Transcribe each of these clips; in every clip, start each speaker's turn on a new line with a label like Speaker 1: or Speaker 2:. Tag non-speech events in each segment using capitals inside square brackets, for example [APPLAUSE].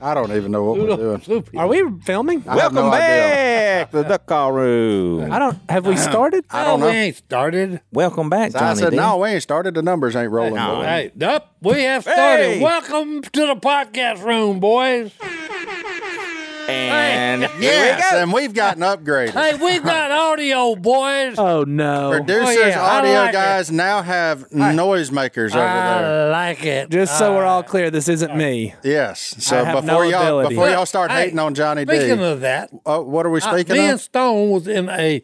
Speaker 1: I don't even know what we're doing.
Speaker 2: Are we filming?
Speaker 1: I have
Speaker 3: Welcome
Speaker 1: no
Speaker 3: back to the call room.
Speaker 2: I don't. Have we started?
Speaker 1: I don't
Speaker 4: we
Speaker 1: know.
Speaker 4: ain't started.
Speaker 3: Welcome back,
Speaker 1: So I
Speaker 3: Johnny
Speaker 1: said,
Speaker 3: D.
Speaker 1: no, we ain't started. The numbers ain't rolling.
Speaker 3: No.
Speaker 1: boy.
Speaker 4: Hey, up, we have started.
Speaker 3: Hey!
Speaker 4: Welcome to the podcast room, boys.
Speaker 3: And
Speaker 1: Yes, and we've gotten upgraded.
Speaker 4: Hey, we got audio, boys.
Speaker 2: Oh no!
Speaker 1: Producers,
Speaker 4: yeah, I
Speaker 1: audio
Speaker 4: like it.
Speaker 1: guys now have noisemakers over there.
Speaker 4: I like it. Uh,
Speaker 2: Just so we're all
Speaker 1: Uh,
Speaker 2: clear, this isn't me.
Speaker 1: Yes. So
Speaker 2: have
Speaker 1: before
Speaker 2: no
Speaker 1: y'all
Speaker 2: ability.
Speaker 1: before y'all start
Speaker 4: Hey,
Speaker 1: hating on Johnny D,
Speaker 4: Speaking of that,
Speaker 1: uh, what are we
Speaker 4: I,
Speaker 1: speaking
Speaker 4: me and
Speaker 1: of?
Speaker 4: Stone was in a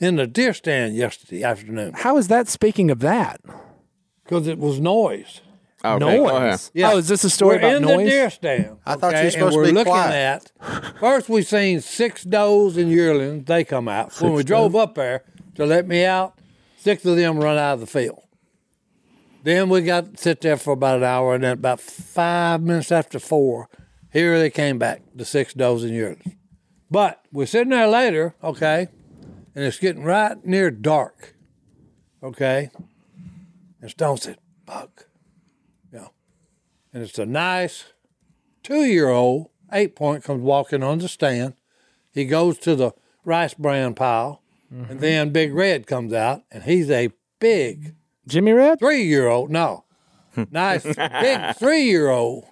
Speaker 4: in the deer stand yesterday afternoon
Speaker 2: How is that? Speaking of that
Speaker 4: because it was noise.
Speaker 3: okay, go ahead.
Speaker 2: noise.
Speaker 4: Yeah.
Speaker 2: Oh, is this a story
Speaker 4: we're
Speaker 2: about
Speaker 4: in the
Speaker 2: noise?
Speaker 4: deer stand.
Speaker 1: I thought you were
Speaker 4: and
Speaker 1: supposed to
Speaker 4: we're
Speaker 1: be
Speaker 4: looking
Speaker 1: quiet.
Speaker 4: at. First, we seen six does and yearlings. They come out. when we drove up there to let me out, six of them run out of the field. Then we got to sit there for about an hour, and then about five minutes after four, here they came back, the six does and yearlings. But we're sitting there later, okay, and it's getting right near dark, okay. And Stone said, "Fuck," you know, and it's a nice two year old, eight point, comes walking on the stand. He goes to the rice bran pile, and then Big Red comes out, and he's a big
Speaker 2: Jimmy Red.
Speaker 4: three year old. No, nice big three year old,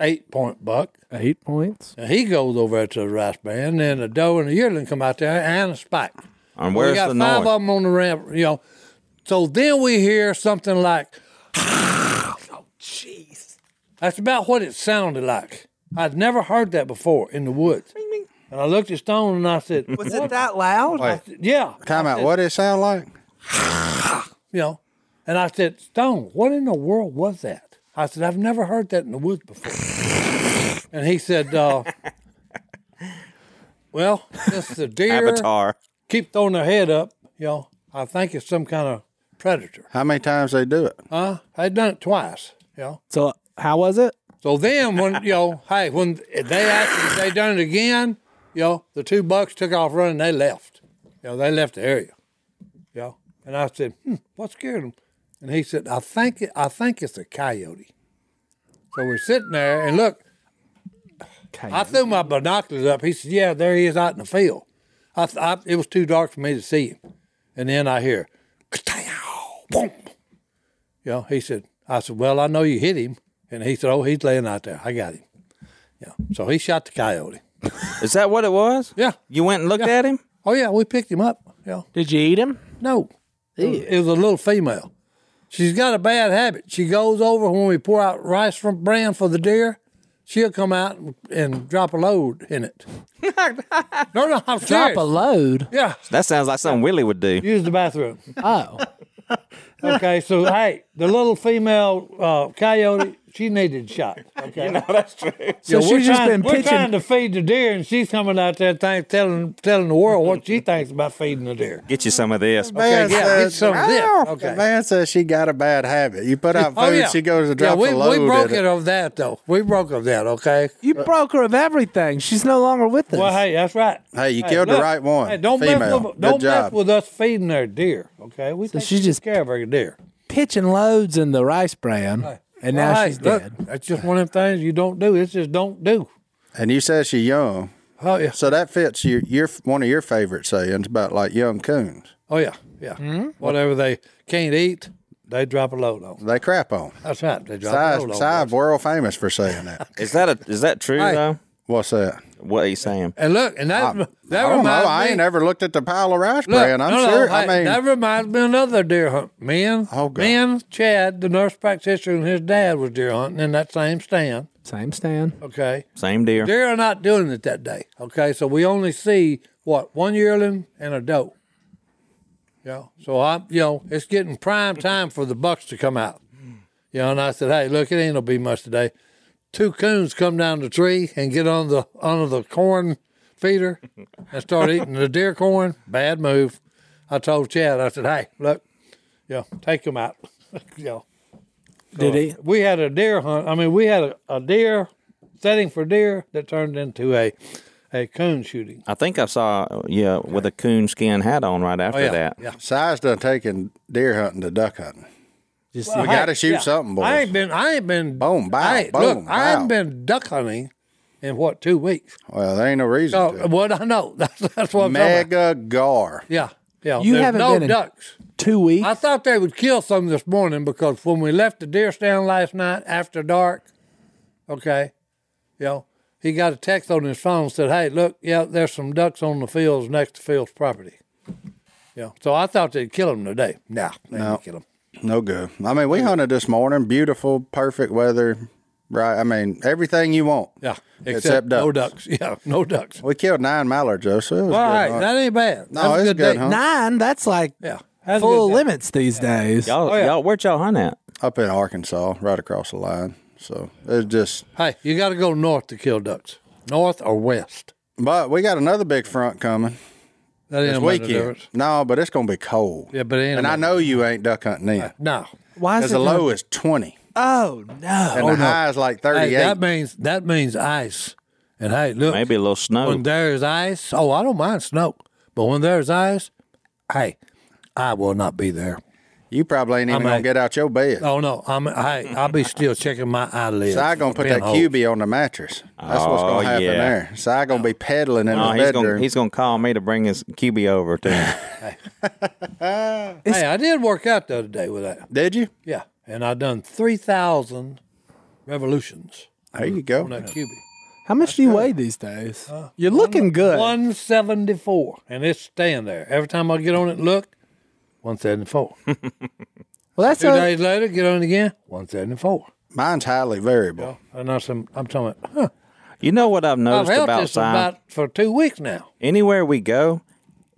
Speaker 4: eight point buck.
Speaker 2: Eight points.
Speaker 4: And he goes over to the rice bran, and then a doe and a yearling come out there, and a spike.
Speaker 3: And
Speaker 4: We
Speaker 3: where's
Speaker 4: got
Speaker 3: the
Speaker 4: five
Speaker 3: noise?
Speaker 4: of them on the ramp, you know. So then we hear something like, [LAUGHS] oh, jeez. That's about what it sounded like. I'd never heard that before in the woods. And I looked at Stone and I said,
Speaker 2: Was it that loud?
Speaker 1: Wait,
Speaker 4: yeah,
Speaker 1: time out. What did it sound like?
Speaker 4: you know. And I said, Stone, what in the world was that? I said, I've never heard that in the woods before. and he said,
Speaker 3: [LAUGHS]
Speaker 4: uh, well, this is a deer.
Speaker 3: Avatar.
Speaker 4: Keep throwing their head up, you know. I think it's some kind of predator.
Speaker 1: How many times they do it?
Speaker 4: Huh? They've done it twice. You know.
Speaker 2: So how was it?
Speaker 4: So then when you know, hey, when they actually they done it again, you know, the two bucks took off running, they left. You know, they left the area. You know. And I said, hmm, what scared them? And he said, I think it, I think it's a coyote. So we're sitting there and look, I threw my binoculars up. He said, yeah, there he is out in the field. I, th- I, it was too dark for me to see him. And then I hear, boom. You know, he said, I said, well, I know you hit him. And he said, oh, he's laying out there. I got him. Yeah. So he shot the coyote.
Speaker 3: Is that what it was?
Speaker 4: Yeah.
Speaker 3: You went and looked at him?
Speaker 4: Oh, yeah, we picked him up. Yeah.
Speaker 2: Did you eat him?
Speaker 4: No. It was, it was a little female. She's got a bad habit. She goes over when we pour out rice from bran for the deer. She'll come out and, and drop a load in
Speaker 2: [LAUGHS]
Speaker 4: it. no, no, I'm
Speaker 2: Drop
Speaker 4: serious.
Speaker 2: a load.
Speaker 4: yeah,
Speaker 3: That sounds like something Willie would do.
Speaker 4: use the bathroom.
Speaker 2: Oh,
Speaker 4: Okay, [LAUGHS] so hey, the little female uh, coyote, she needed shot. Okay,
Speaker 2: so
Speaker 4: we're
Speaker 2: she's just
Speaker 4: trying,
Speaker 2: been
Speaker 4: we're trying
Speaker 2: pitching.
Speaker 4: to feed the deer, and she's coming out there th- telling telling the world what she thinks about feeding the deer.
Speaker 3: Get you some of this.
Speaker 1: Man
Speaker 4: yeah,
Speaker 1: says-
Speaker 4: it's some of this.
Speaker 1: Ow!
Speaker 4: Okay. Oh,
Speaker 1: Man says she got a bad habit. You put out food, she goes to drop
Speaker 4: yeah, we,
Speaker 1: the load.
Speaker 4: we broke
Speaker 1: at
Speaker 4: it of that though. We broke of that. Okay.
Speaker 2: You broke her of everything. She's no longer with us.
Speaker 4: Well, Oh, hey, that's right.
Speaker 1: Hey, you killed the
Speaker 4: look,
Speaker 1: right one.
Speaker 4: Hey, don't
Speaker 1: Female.
Speaker 4: mess with
Speaker 1: Good
Speaker 4: don't mess
Speaker 1: job.
Speaker 4: with us feeding our deer. Okay, we take
Speaker 2: she
Speaker 4: good
Speaker 2: just-
Speaker 4: care of our deer.
Speaker 2: Pitching loads in the rice bran, and now
Speaker 4: Well, hey,
Speaker 2: she's
Speaker 4: look,
Speaker 2: dead.
Speaker 4: That's just one of them things you don't do. It's just don't do.
Speaker 1: And you said she young,
Speaker 4: Oh yeah.
Speaker 1: so that fits your, your one of your favorite sayings about like young coons.
Speaker 4: Oh yeah. Yeah. Whatever they can't eat, they drop a load on.
Speaker 1: They crap on.
Speaker 4: That's right. They drop a load
Speaker 1: Si's,
Speaker 4: Oh, on.
Speaker 1: Si's world famous for saying
Speaker 4: [LAUGHS]
Speaker 1: that.
Speaker 3: Is that a, is that true
Speaker 4: Hey.
Speaker 3: though?
Speaker 1: What's that?
Speaker 3: What he's saying?
Speaker 4: And look, and that that
Speaker 1: I don't know.
Speaker 4: reminds
Speaker 1: I
Speaker 4: me.
Speaker 1: ain't ever looked at the pile of rice
Speaker 4: Look,
Speaker 1: bran. I'm
Speaker 4: no, no,
Speaker 1: sure.
Speaker 4: hey,
Speaker 1: I mean,
Speaker 4: that reminds me of another deer hunt. Me and,
Speaker 1: Oh, God.
Speaker 4: me and Chad, the nurse practitioner, and his dad was deer hunting in that same stand.
Speaker 2: Same stand.
Speaker 4: Okay,
Speaker 3: Same deer.
Speaker 4: deer are not doing it that day. Okay, so we only see what one yearling and a doe. Yeah, so I'm, you know, it's getting prime time for the bucks to come out. You know, and I said, hey, look, it ain't gonna be much today. Two coons come down the tree and get on the under the corn feeder and start eating the deer corn. Bad move. I told Chad, I said, hey, look, yeah, take them out. [LAUGHS] you know,
Speaker 2: Did he?
Speaker 4: we had a deer hunt. I mean, we had a, a deer setting for deer that turned into a a coon shooting.
Speaker 3: I think I saw yeah with a coon skin hat on right after
Speaker 4: Oh, yeah,
Speaker 3: that.
Speaker 4: yeah.
Speaker 1: Size done taking deer hunting to duck hunting.
Speaker 2: Just
Speaker 1: We got to shoot something, boys.
Speaker 4: I ain't been. I ain't been.
Speaker 1: Boom, bow,
Speaker 4: I ain't- look,
Speaker 1: boom,
Speaker 4: I ain't
Speaker 1: bow.
Speaker 4: been duck hunting in what two weeks.
Speaker 1: well, there ain't no reason
Speaker 4: Oh,
Speaker 1: to.
Speaker 4: what I know. [LAUGHS] That's, that's what I'm talking about.
Speaker 1: Mega gar.
Speaker 4: Yeah, yeah.
Speaker 2: You
Speaker 4: There's
Speaker 2: haven't
Speaker 4: no
Speaker 2: been in-
Speaker 4: ducks.
Speaker 2: two weeks.
Speaker 4: I thought they would kill some this morning because when we left the deer stand last night after dark, okay, you know, he got a text on his phone said, "Hey, look, yeah, there's some ducks on the fields next to Phil's property." Yeah, so I thought they'd kill them today. Nah, they didn't kill them.
Speaker 1: No good. I mean, we hunted this morning. Beautiful, perfect weather. Right. I mean, everything you want.
Speaker 4: Yeah,
Speaker 1: Except
Speaker 4: no
Speaker 1: ducks.
Speaker 4: ducks. [LAUGHS] Yeah, no ducks.
Speaker 1: We killed nine mallards, though, so it was a
Speaker 4: All
Speaker 1: good
Speaker 4: right,
Speaker 1: hunt.
Speaker 4: that ain't bad.
Speaker 1: No,
Speaker 4: That's
Speaker 1: it's
Speaker 4: a good,
Speaker 1: good,
Speaker 4: day.
Speaker 1: huh?
Speaker 2: Nine. That's like
Speaker 4: Yeah, that's a
Speaker 2: full
Speaker 4: good day.
Speaker 2: limits these days.
Speaker 3: Y'all,
Speaker 4: Oh, yeah.
Speaker 3: y'all, where'd y'all hunt at?
Speaker 1: Up in Arkansas, right across the line. So it's just.
Speaker 4: Hey, you got to go north to kill ducks. North or west?
Speaker 1: But we got another big front coming
Speaker 4: That ain't
Speaker 1: this
Speaker 4: a matter of
Speaker 1: weekend.
Speaker 4: difference.
Speaker 1: No, but it's gonna be cold.
Speaker 4: Yeah, but it ain't.
Speaker 1: And
Speaker 4: a
Speaker 1: I
Speaker 4: matter-
Speaker 1: know you ain't duck hunting in.
Speaker 4: No.
Speaker 2: Why
Speaker 1: Because
Speaker 2: is
Speaker 1: the
Speaker 2: it gonna-
Speaker 1: low is twenty,
Speaker 2: Oh no!
Speaker 1: and the high is like
Speaker 4: Hey,
Speaker 1: thirty-eight.
Speaker 4: that means that means ice. And hey, look,
Speaker 3: Maybe a little snow.
Speaker 4: when there's ice, oh, I don't mind snow, but when there's ice, hey, I will not be there.
Speaker 1: you probably ain't even
Speaker 4: I
Speaker 1: gonna
Speaker 4: may-
Speaker 1: get out your bed.
Speaker 4: Oh no, I'm hey, I'll be still checking my eyelids.
Speaker 1: Si gonna put that
Speaker 4: Pinhole.
Speaker 1: QB on the mattress. That's what's
Speaker 3: Oh,
Speaker 1: gonna happen
Speaker 3: yeah.
Speaker 1: there. Si gonna be peddling in
Speaker 3: No,
Speaker 1: his
Speaker 3: he's
Speaker 1: bedroom.
Speaker 3: gonna he's gonna call me to bring his QB over
Speaker 4: [LAUGHS]
Speaker 3: to him.
Speaker 4: Hey, I did work out the other day with that.
Speaker 1: Did you?
Speaker 4: Yeah, and I done three thousand revolutions
Speaker 1: There you
Speaker 4: on
Speaker 1: go.
Speaker 4: that QB.
Speaker 2: How much do you weigh these days?
Speaker 4: Uh,
Speaker 2: You're looking good.
Speaker 4: 174, and it's staying there. Every time I get on it and look,
Speaker 1: [LAUGHS]
Speaker 4: 174.
Speaker 2: well, that's
Speaker 4: Two
Speaker 2: a,
Speaker 4: days later, get on it again, 174.
Speaker 1: Mine's highly variable.
Speaker 4: And I said, I'm talking about, huh,
Speaker 3: You know what I've
Speaker 4: I've
Speaker 3: noticed
Speaker 4: held
Speaker 3: about
Speaker 4: this
Speaker 3: Simon?
Speaker 4: about for two weeks now.
Speaker 3: Anywhere we go,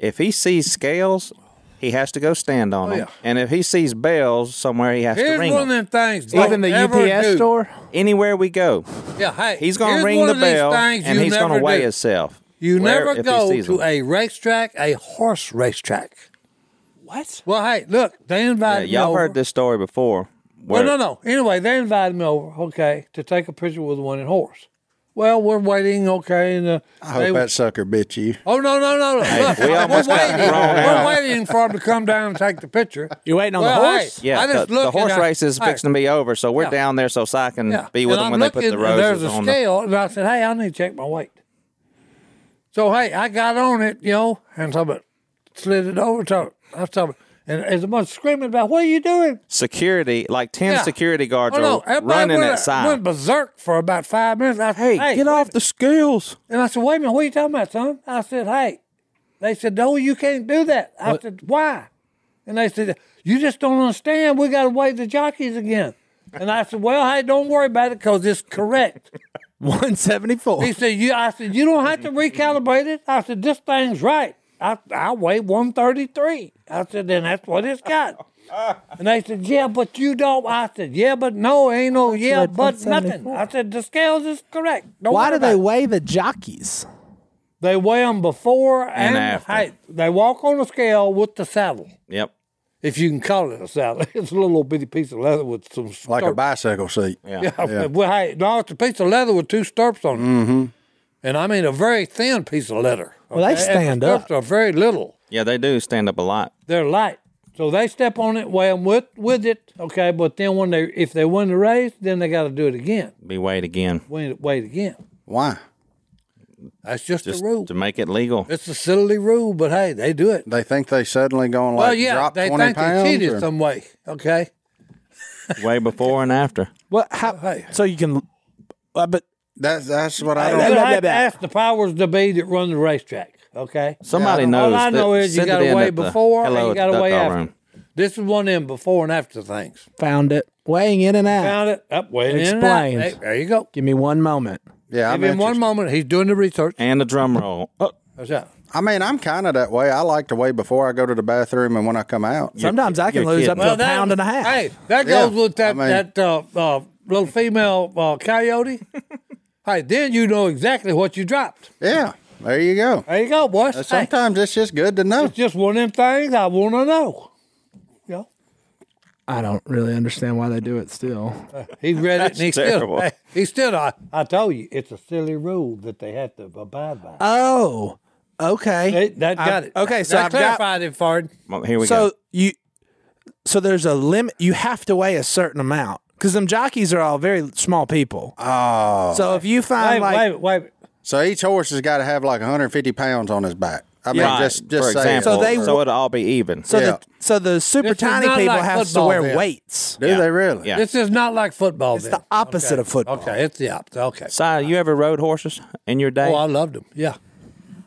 Speaker 3: if he sees scales, he has to go stand on them.
Speaker 4: Oh, yeah.
Speaker 3: And if he sees bells somewhere, he has to
Speaker 4: Here's
Speaker 3: ring
Speaker 4: one of them
Speaker 3: them.
Speaker 4: things. don't
Speaker 2: even the
Speaker 4: ever
Speaker 2: UPS
Speaker 4: do.
Speaker 2: store.
Speaker 3: Anywhere we go,
Speaker 4: Yeah, hey,
Speaker 3: he's gonna
Speaker 4: here's
Speaker 3: ring
Speaker 4: one
Speaker 3: the
Speaker 4: of these
Speaker 3: bell
Speaker 4: things
Speaker 3: and
Speaker 4: you
Speaker 3: he's gonna
Speaker 4: never
Speaker 3: weigh
Speaker 4: do.
Speaker 3: himself.
Speaker 4: You
Speaker 3: where-
Speaker 4: never
Speaker 3: if he
Speaker 4: go
Speaker 3: sees
Speaker 4: to
Speaker 3: them.
Speaker 4: a racetrack, a horse racetrack.
Speaker 2: What?
Speaker 4: Well, hey, look, they
Speaker 3: Yeah,
Speaker 4: invited me
Speaker 3: y'all
Speaker 4: over.
Speaker 3: heard this story before.
Speaker 4: Well,
Speaker 3: where-
Speaker 4: no, no. Anyway, they invited me over, okay, to take a picture with a winning horse. Well, we're waiting, okay, and uh,
Speaker 1: I hope
Speaker 4: they-
Speaker 1: that sucker bit you.
Speaker 4: Oh no, no, no! no. Look,
Speaker 3: we almost
Speaker 4: we're
Speaker 3: got
Speaker 4: waiting.
Speaker 3: thrown
Speaker 4: we're
Speaker 3: out.
Speaker 4: waiting for him to come down and take the picture.
Speaker 2: You waiting on
Speaker 4: Well,
Speaker 2: the
Speaker 4: hey,
Speaker 2: horse?
Speaker 3: Yeah,
Speaker 4: I just
Speaker 3: the,
Speaker 4: look
Speaker 3: the
Speaker 4: and I-
Speaker 3: horse race is
Speaker 4: hey,
Speaker 3: fixing to be over, so we're
Speaker 4: Yeah.
Speaker 3: down there so Si can
Speaker 4: Yeah.
Speaker 3: be with
Speaker 4: and
Speaker 3: them
Speaker 4: I'm
Speaker 3: when they put
Speaker 4: looking,
Speaker 3: the
Speaker 4: and
Speaker 3: roses
Speaker 4: There's a
Speaker 3: on the
Speaker 4: scale, and I said, "Hey, I need to check my weight." So hey, I got on it, you know, and so but slid it over to her. I was talking, and there's a bunch screaming about, "What are you doing?"
Speaker 3: security. Like ten
Speaker 4: Yeah.
Speaker 3: security guards
Speaker 4: Oh no!
Speaker 3: are
Speaker 4: Everybody
Speaker 3: running
Speaker 4: went,
Speaker 3: at Si.
Speaker 4: went berserk for about five minutes. I said, "Hey, wait a
Speaker 3: the scales.
Speaker 4: And I said, wait a minute, what are you talking about, son? I said, hey. They said, no, you can't do that. I said, why? And they said, you just don't understand. We got to weigh the jockeys again. And I said, well, hey, don't worry about it because it's correct.
Speaker 2: [LAUGHS] One seventy four.
Speaker 4: He said, you, I said, you don't have to recalibrate it. I said, this thing's right. I, I weigh 133. I said, then that's what it's got. And they said, yeah, but you don't. I said, yeah, but no, ain't no yeah,
Speaker 2: like
Speaker 4: but nothing.
Speaker 2: 174.
Speaker 4: I said, the scales is correct. Don't worry
Speaker 2: Why do
Speaker 4: about
Speaker 2: they
Speaker 4: it."
Speaker 2: weigh the jockeys?
Speaker 4: They weigh them before and,
Speaker 3: after.
Speaker 4: Hey, they walk on a scale with the saddle,
Speaker 3: Yep.
Speaker 4: if you can call it a saddle. [LAUGHS] It's a little old bitty piece of leather with some stirp.
Speaker 1: Like a bicycle seat.
Speaker 4: yeah, [LAUGHS] Well, hey, no, it's a piece of leather with two stirrups on it, mm-hmm. and I mean a very thin piece of leather.
Speaker 2: Well, they
Speaker 4: okay? And the
Speaker 2: stand up.
Speaker 4: stirrups Are very little.
Speaker 3: Yeah, they do stand up a lot.
Speaker 4: They're light, so they step on it, weigh them with with it. Okay, but then when they if they win the race, then they got to do it again,
Speaker 3: Be weighed again.
Speaker 4: weigh it, weigh it again.
Speaker 1: Why?
Speaker 4: That's just,
Speaker 3: Just
Speaker 4: the rule.
Speaker 3: to make it legal.
Speaker 4: It's a silly rule, but hey, they do it.
Speaker 1: They think they suddenly going like
Speaker 4: well, yeah,
Speaker 1: drop
Speaker 4: they
Speaker 1: twenty
Speaker 4: think
Speaker 1: pounds.
Speaker 4: they cheated
Speaker 1: or-
Speaker 4: some way. Okay.
Speaker 3: Way before and after.
Speaker 2: What? How?
Speaker 4: Hey.
Speaker 2: So you can. Uh, but
Speaker 1: That's that's what I
Speaker 4: You
Speaker 1: don't.
Speaker 2: that-
Speaker 4: have
Speaker 2: blah, blah,
Speaker 4: to
Speaker 2: blah.
Speaker 4: ask the powers to be that run the racetrack. Okay.
Speaker 3: Somebody knows.
Speaker 4: All I know is you got
Speaker 3: to
Speaker 4: to weigh before and you got to weigh after.
Speaker 3: Room.
Speaker 4: This is one of them before and after things.
Speaker 2: found it. Weighing in and out.
Speaker 4: Found it. Up, weighed in and out.
Speaker 2: Explains.
Speaker 4: Hey, there you go.
Speaker 2: Give me one moment.
Speaker 1: yeah, I
Speaker 4: Give him
Speaker 1: mean,
Speaker 4: one moment. He's doing the research.
Speaker 3: And the drum roll. Oh,
Speaker 4: That's it.
Speaker 1: I mean, I'm kind of that way. I like to weigh before I go to the bathroom and when I come out.
Speaker 2: Sometimes I can
Speaker 3: you're
Speaker 2: lose
Speaker 3: kidding.
Speaker 2: up to a pound and a half.
Speaker 4: Hey, that
Speaker 1: Yeah,
Speaker 4: goes with that
Speaker 1: I mean-
Speaker 4: that uh, uh, little female uh, [LAUGHS] coyote. hey, then you know exactly what you dropped.
Speaker 1: Yeah, there you go.
Speaker 4: There you go, boy.
Speaker 1: Uh,
Speaker 4: Hey,
Speaker 1: Sometimes it's just good to know.
Speaker 4: it's just one of them things I want to know. Yeah.
Speaker 2: I don't really understand why they do it still.
Speaker 4: He read it and he
Speaker 3: terrible.
Speaker 4: still he still I, I told you it's a silly rule that they have to abide by.
Speaker 2: Oh, okay.
Speaker 4: They- that
Speaker 2: I've-
Speaker 4: got it.
Speaker 2: Okay, so
Speaker 4: That
Speaker 2: I've got
Speaker 4: clarified it, Ford.
Speaker 3: Well, here we
Speaker 2: so
Speaker 3: go.
Speaker 2: you so there's a limit you have to weigh a certain amount because them jockeys are all very small people
Speaker 1: Oh.
Speaker 2: so if you find
Speaker 4: Wait,
Speaker 2: like
Speaker 4: wait, wait.
Speaker 1: So each horse has got to have like 150 pounds on his back. I mean,
Speaker 3: Right,
Speaker 1: just just
Speaker 3: for
Speaker 1: say
Speaker 3: example,
Speaker 2: So
Speaker 3: so,
Speaker 2: they-
Speaker 3: it'll all be even.
Speaker 2: so
Speaker 1: yeah.
Speaker 2: the so the super
Speaker 4: This is
Speaker 2: tiny
Speaker 4: not
Speaker 2: people
Speaker 4: like
Speaker 2: have to
Speaker 4: football
Speaker 2: wear
Speaker 4: then.
Speaker 2: weights
Speaker 1: do they really?
Speaker 3: Yeah.
Speaker 4: This is not like football.
Speaker 2: it's the opposite of football
Speaker 4: Okay, it's the opposite. Okay.
Speaker 3: Si, you ever rode horses in your day?
Speaker 4: Oh, I loved them. Yeah.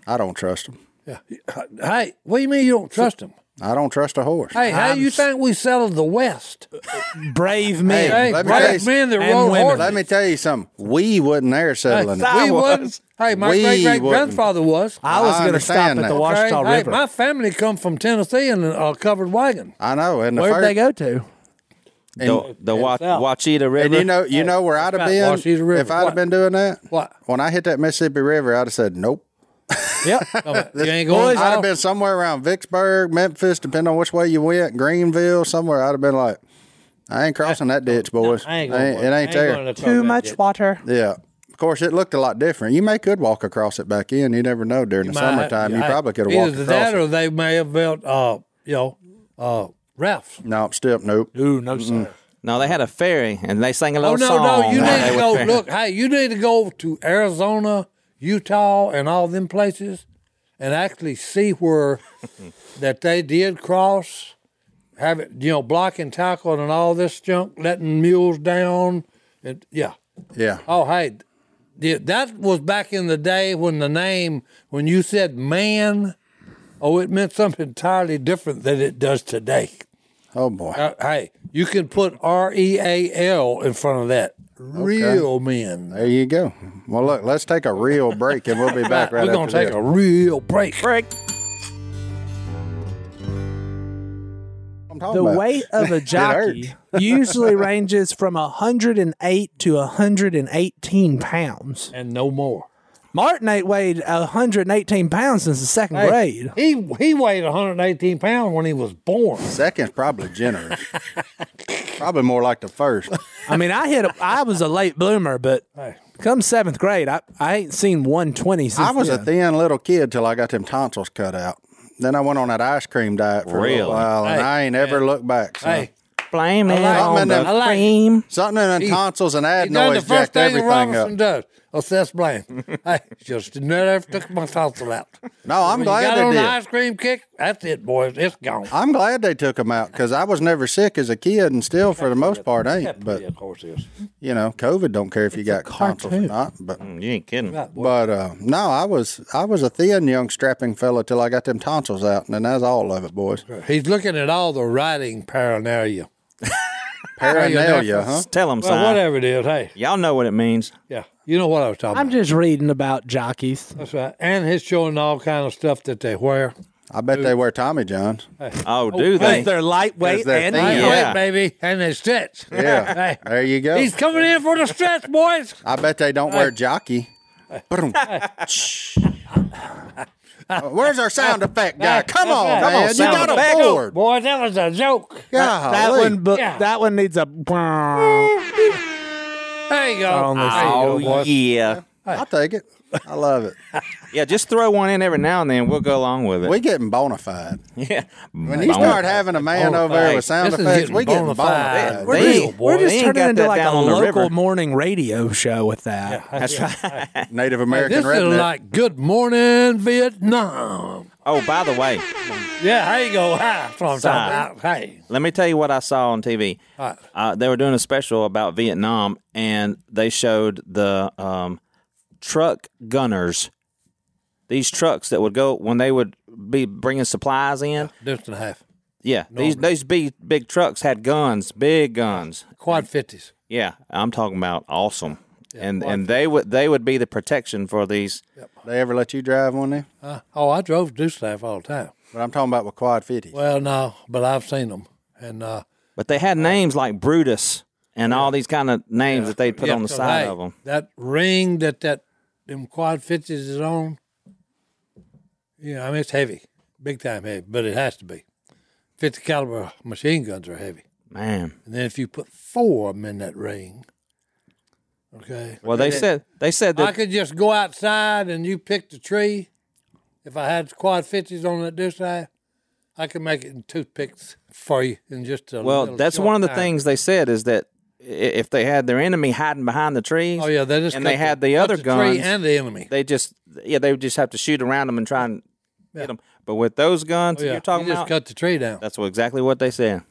Speaker 1: I don't trust them.
Speaker 4: Yeah. Hey, what do you mean you don't trust them?
Speaker 1: I don't trust a horse.
Speaker 4: Hey, how do you think we settled the West?
Speaker 2: brave men
Speaker 1: Hey,
Speaker 4: Hey,
Speaker 1: let me tell
Speaker 4: right
Speaker 1: you-
Speaker 4: men that
Speaker 2: and
Speaker 4: rode
Speaker 2: women.
Speaker 4: horses.
Speaker 1: Let me tell you something. We wasn't there settling it.
Speaker 4: we
Speaker 3: I was.
Speaker 4: wouldn't. Hey, my
Speaker 1: We
Speaker 4: great great
Speaker 1: wouldn't.
Speaker 4: grandfather was.
Speaker 2: i was
Speaker 1: I
Speaker 2: going to stop
Speaker 1: understand
Speaker 2: at the
Speaker 1: that.
Speaker 2: washita
Speaker 4: Okay? Hey,
Speaker 2: river
Speaker 4: my family come from Tennessee in a covered wagon.
Speaker 1: I know. And the
Speaker 2: where'd
Speaker 1: first,
Speaker 2: they go to
Speaker 1: And,
Speaker 3: the the Wa-
Speaker 4: south.
Speaker 3: Wachita River.
Speaker 1: and you know, you know where I'd have
Speaker 4: right,
Speaker 1: been
Speaker 4: Washita River.
Speaker 1: if I'd
Speaker 4: What?
Speaker 1: have been doing that.
Speaker 4: What?
Speaker 1: When I hit that Mississippi River, I'd have said nope.
Speaker 4: [LAUGHS] Yep.
Speaker 1: [LAUGHS]
Speaker 4: you ain't going.
Speaker 2: Boys,
Speaker 1: I'd
Speaker 4: I
Speaker 1: have been somewhere around Vicksburg, Memphis, depending on which way you went, Greenville, somewhere. I'd have been like, I ain't crossing that ditch, boys.
Speaker 4: I ain't
Speaker 1: I
Speaker 4: going.
Speaker 1: ain't- it ain't there.
Speaker 2: too much water
Speaker 1: Yeah. Of course, it looked a lot different. You may could walk across it back in. You never know during the summertime. You probably could have walked
Speaker 4: Either
Speaker 1: across
Speaker 4: that,
Speaker 1: it.
Speaker 4: or they may have built, uh, you know, uh, rafts.
Speaker 1: No, still nope.
Speaker 2: ooh no sir
Speaker 3: no, they had a ferry and they sang a
Speaker 4: Oh
Speaker 3: little
Speaker 4: no,
Speaker 3: song.
Speaker 4: no, you
Speaker 3: while
Speaker 4: need to
Speaker 3: they
Speaker 4: go.
Speaker 3: were-
Speaker 4: Look, hey, you need to go to Arizona, Utah, and all them places, and actually see
Speaker 3: [LAUGHS]
Speaker 4: where that they did cross. Have it, you know, block and tackle and all this junk, letting mules down, and yeah.
Speaker 1: Yeah.
Speaker 4: Oh, hey, th- that was back in the day when the name, when you said man, oh, it meant something entirely different than it does today.
Speaker 1: Oh boy.
Speaker 4: Uh, hey, you can put R E A L in front of that. Real men.
Speaker 1: There you go. Well, look, let's take a real break and
Speaker 4: [LAUGHS]
Speaker 1: we'll be back right
Speaker 4: We're
Speaker 1: after
Speaker 4: going to take
Speaker 1: this.
Speaker 4: a real break.
Speaker 3: Break.
Speaker 1: I'm talking
Speaker 2: the
Speaker 1: about. [LAUGHS]
Speaker 2: weight of a jockey usually ranges from 108 to 118 pounds
Speaker 4: And no more.
Speaker 2: Martinate weighed 118 pounds since the second grade.
Speaker 4: He he weighed 118 pounds when he was born.
Speaker 1: Second's probably
Speaker 4: [LAUGHS]
Speaker 1: generous. probably more like the first.
Speaker 2: I mean, I hit. A, I was a late bloomer, but
Speaker 4: Hey.
Speaker 2: come seventh grade, I, I ain't seen 120 since.
Speaker 1: I was a
Speaker 2: then.
Speaker 1: thin little kid till I got them tonsils cut out. Then I went on that ice cream diet for a
Speaker 3: Really?
Speaker 1: little while, and
Speaker 4: Hey,
Speaker 1: I ain't ever looked back. son.
Speaker 4: Hey,
Speaker 3: Blame it
Speaker 4: like-
Speaker 3: on
Speaker 1: I
Speaker 3: the
Speaker 4: like-
Speaker 3: cream.
Speaker 1: Something in the tonsils and
Speaker 4: he done the
Speaker 1: adenoids
Speaker 4: first
Speaker 1: jacked
Speaker 4: thing that
Speaker 1: everything
Speaker 4: Robinson
Speaker 1: up.
Speaker 4: does. Assess blame. [LAUGHS] hey, just never took my tonsil out.
Speaker 1: No, I'm
Speaker 4: when you
Speaker 1: glad
Speaker 4: got
Speaker 1: they
Speaker 4: on
Speaker 1: did.
Speaker 4: the ice cream kick, that's it, boys. It's gone.
Speaker 1: I'm glad they took them out because I was never sick as a kid, and still, for the most part,
Speaker 4: [LAUGHS]
Speaker 1: ain't. But
Speaker 4: of course is.
Speaker 1: you know, COVID don't care if you got tonsils or not. But
Speaker 4: Mm.
Speaker 3: You ain't kidding.
Speaker 1: but uh, no, I was I was a thin young strapping fella till I got them tonsils out, and then that's all of it, boys.
Speaker 4: He's looking at all the writing paranoia.
Speaker 1: Paranoia, huh?
Speaker 3: Tell them,
Speaker 4: Well, whatever it is, hey.
Speaker 3: Y'all know what it means.
Speaker 4: Yeah. You know what I was talking
Speaker 2: I'm
Speaker 4: about.
Speaker 2: just reading about jockeys.
Speaker 4: That's right. And he's showing all kind of stuff that they wear.
Speaker 1: I bet they wear Tommy Johns.
Speaker 3: Oh, do
Speaker 2: Because
Speaker 3: they?
Speaker 2: they're
Speaker 1: Because
Speaker 2: lightweight
Speaker 1: they're
Speaker 2: and
Speaker 1: thin.
Speaker 2: heavy.
Speaker 4: Lightweight,
Speaker 3: Yeah.
Speaker 4: baby. And they stretch. [LAUGHS]
Speaker 1: Yeah,
Speaker 4: Hey,
Speaker 1: there you go.
Speaker 4: he's coming in for the stretch, boys.
Speaker 1: I bet they don't wear jockey. Boom. Uh, [LAUGHS] Where's our sound effect guy? Come on,
Speaker 4: Come
Speaker 3: on,
Speaker 1: man. You
Speaker 3: sound
Speaker 1: got
Speaker 3: effect.
Speaker 1: a board.
Speaker 4: Boy, that was a joke.
Speaker 2: That
Speaker 1: Golly.
Speaker 2: one, but
Speaker 4: Yeah.
Speaker 2: that one needs a.
Speaker 4: There you go.
Speaker 2: Only
Speaker 4: There you go,
Speaker 3: Oh,
Speaker 4: boys.
Speaker 3: yeah.
Speaker 1: I'll take it. I love it.
Speaker 3: Yeah, just throw one in every now and then. We'll go along with it.
Speaker 1: We getting bona fide.
Speaker 3: yeah.
Speaker 1: When you start having a man over there with sound
Speaker 4: This is
Speaker 1: effects,
Speaker 4: getting
Speaker 1: we getting bona
Speaker 4: bona fide.
Speaker 1: fide.
Speaker 2: We're,
Speaker 3: They-
Speaker 2: just, we're
Speaker 3: boy,
Speaker 2: just
Speaker 3: they ain't
Speaker 2: turning
Speaker 3: got
Speaker 2: into
Speaker 3: that
Speaker 2: like
Speaker 3: down
Speaker 2: a
Speaker 3: on the
Speaker 2: local
Speaker 3: river.
Speaker 2: morning radio show with that. [LAUGHS]
Speaker 3: That's right.
Speaker 1: Native American
Speaker 4: This is
Speaker 1: redneck.
Speaker 4: like Good Morning Vietnam.
Speaker 3: Oh, by the way,
Speaker 4: Yeah, there you go. Hi, that's what I'm talking about. Hey.
Speaker 3: let me tell you what I saw on TV.
Speaker 4: All right.
Speaker 3: Uh, they were doing a special about Vietnam, and they showed the um, truck gunners. These trucks that would go when they would be bringing supplies in.
Speaker 4: Distance and a half.
Speaker 3: Yeah, these these big big trucks had guns, big guns.
Speaker 4: Quad 50s.
Speaker 3: Yeah, I'm talking about awesome. and and they would they would be the protection for these.
Speaker 1: They ever let you drive one there?
Speaker 4: Uh, oh, I drove Deuce Staff all the time.
Speaker 1: But I'm talking about with quad 50.
Speaker 4: Well, no, but I've seen them. And uh,
Speaker 3: But they had names like Brutus and all these kind of names that they put
Speaker 4: yeah,
Speaker 3: on the
Speaker 4: 'cause,
Speaker 3: side
Speaker 4: hey,
Speaker 3: of them.
Speaker 4: That ring that that them quad 50s is on, you know, I mean, it's heavy, big time heavy, but it has to be. 50 caliber machine guns are heavy.
Speaker 3: Man.
Speaker 4: And then if you put four of them in that ring, okay.
Speaker 3: Well, they said they said
Speaker 4: I
Speaker 3: that
Speaker 4: could just go outside and you pick the tree. If I had quad fifties on that this side, I could make it in toothpicks for you in just a
Speaker 3: well,
Speaker 4: little
Speaker 3: that's
Speaker 4: short
Speaker 3: one of the
Speaker 4: time.
Speaker 3: things they said is that i- if they had their enemy hiding behind the trees,
Speaker 4: Oh yeah, they just
Speaker 3: and
Speaker 4: cut
Speaker 3: they had the
Speaker 4: cut
Speaker 3: other
Speaker 4: tree
Speaker 3: guns.
Speaker 4: and the enemy.
Speaker 3: they just yeah they would just have to shoot around them and try and
Speaker 4: Yeah. Oh,
Speaker 3: hit 'em. hit them. But with those guns that
Speaker 4: yeah,
Speaker 3: you're talking
Speaker 4: you just
Speaker 3: about,
Speaker 4: cut the tree down.
Speaker 3: that's what, exactly what they said.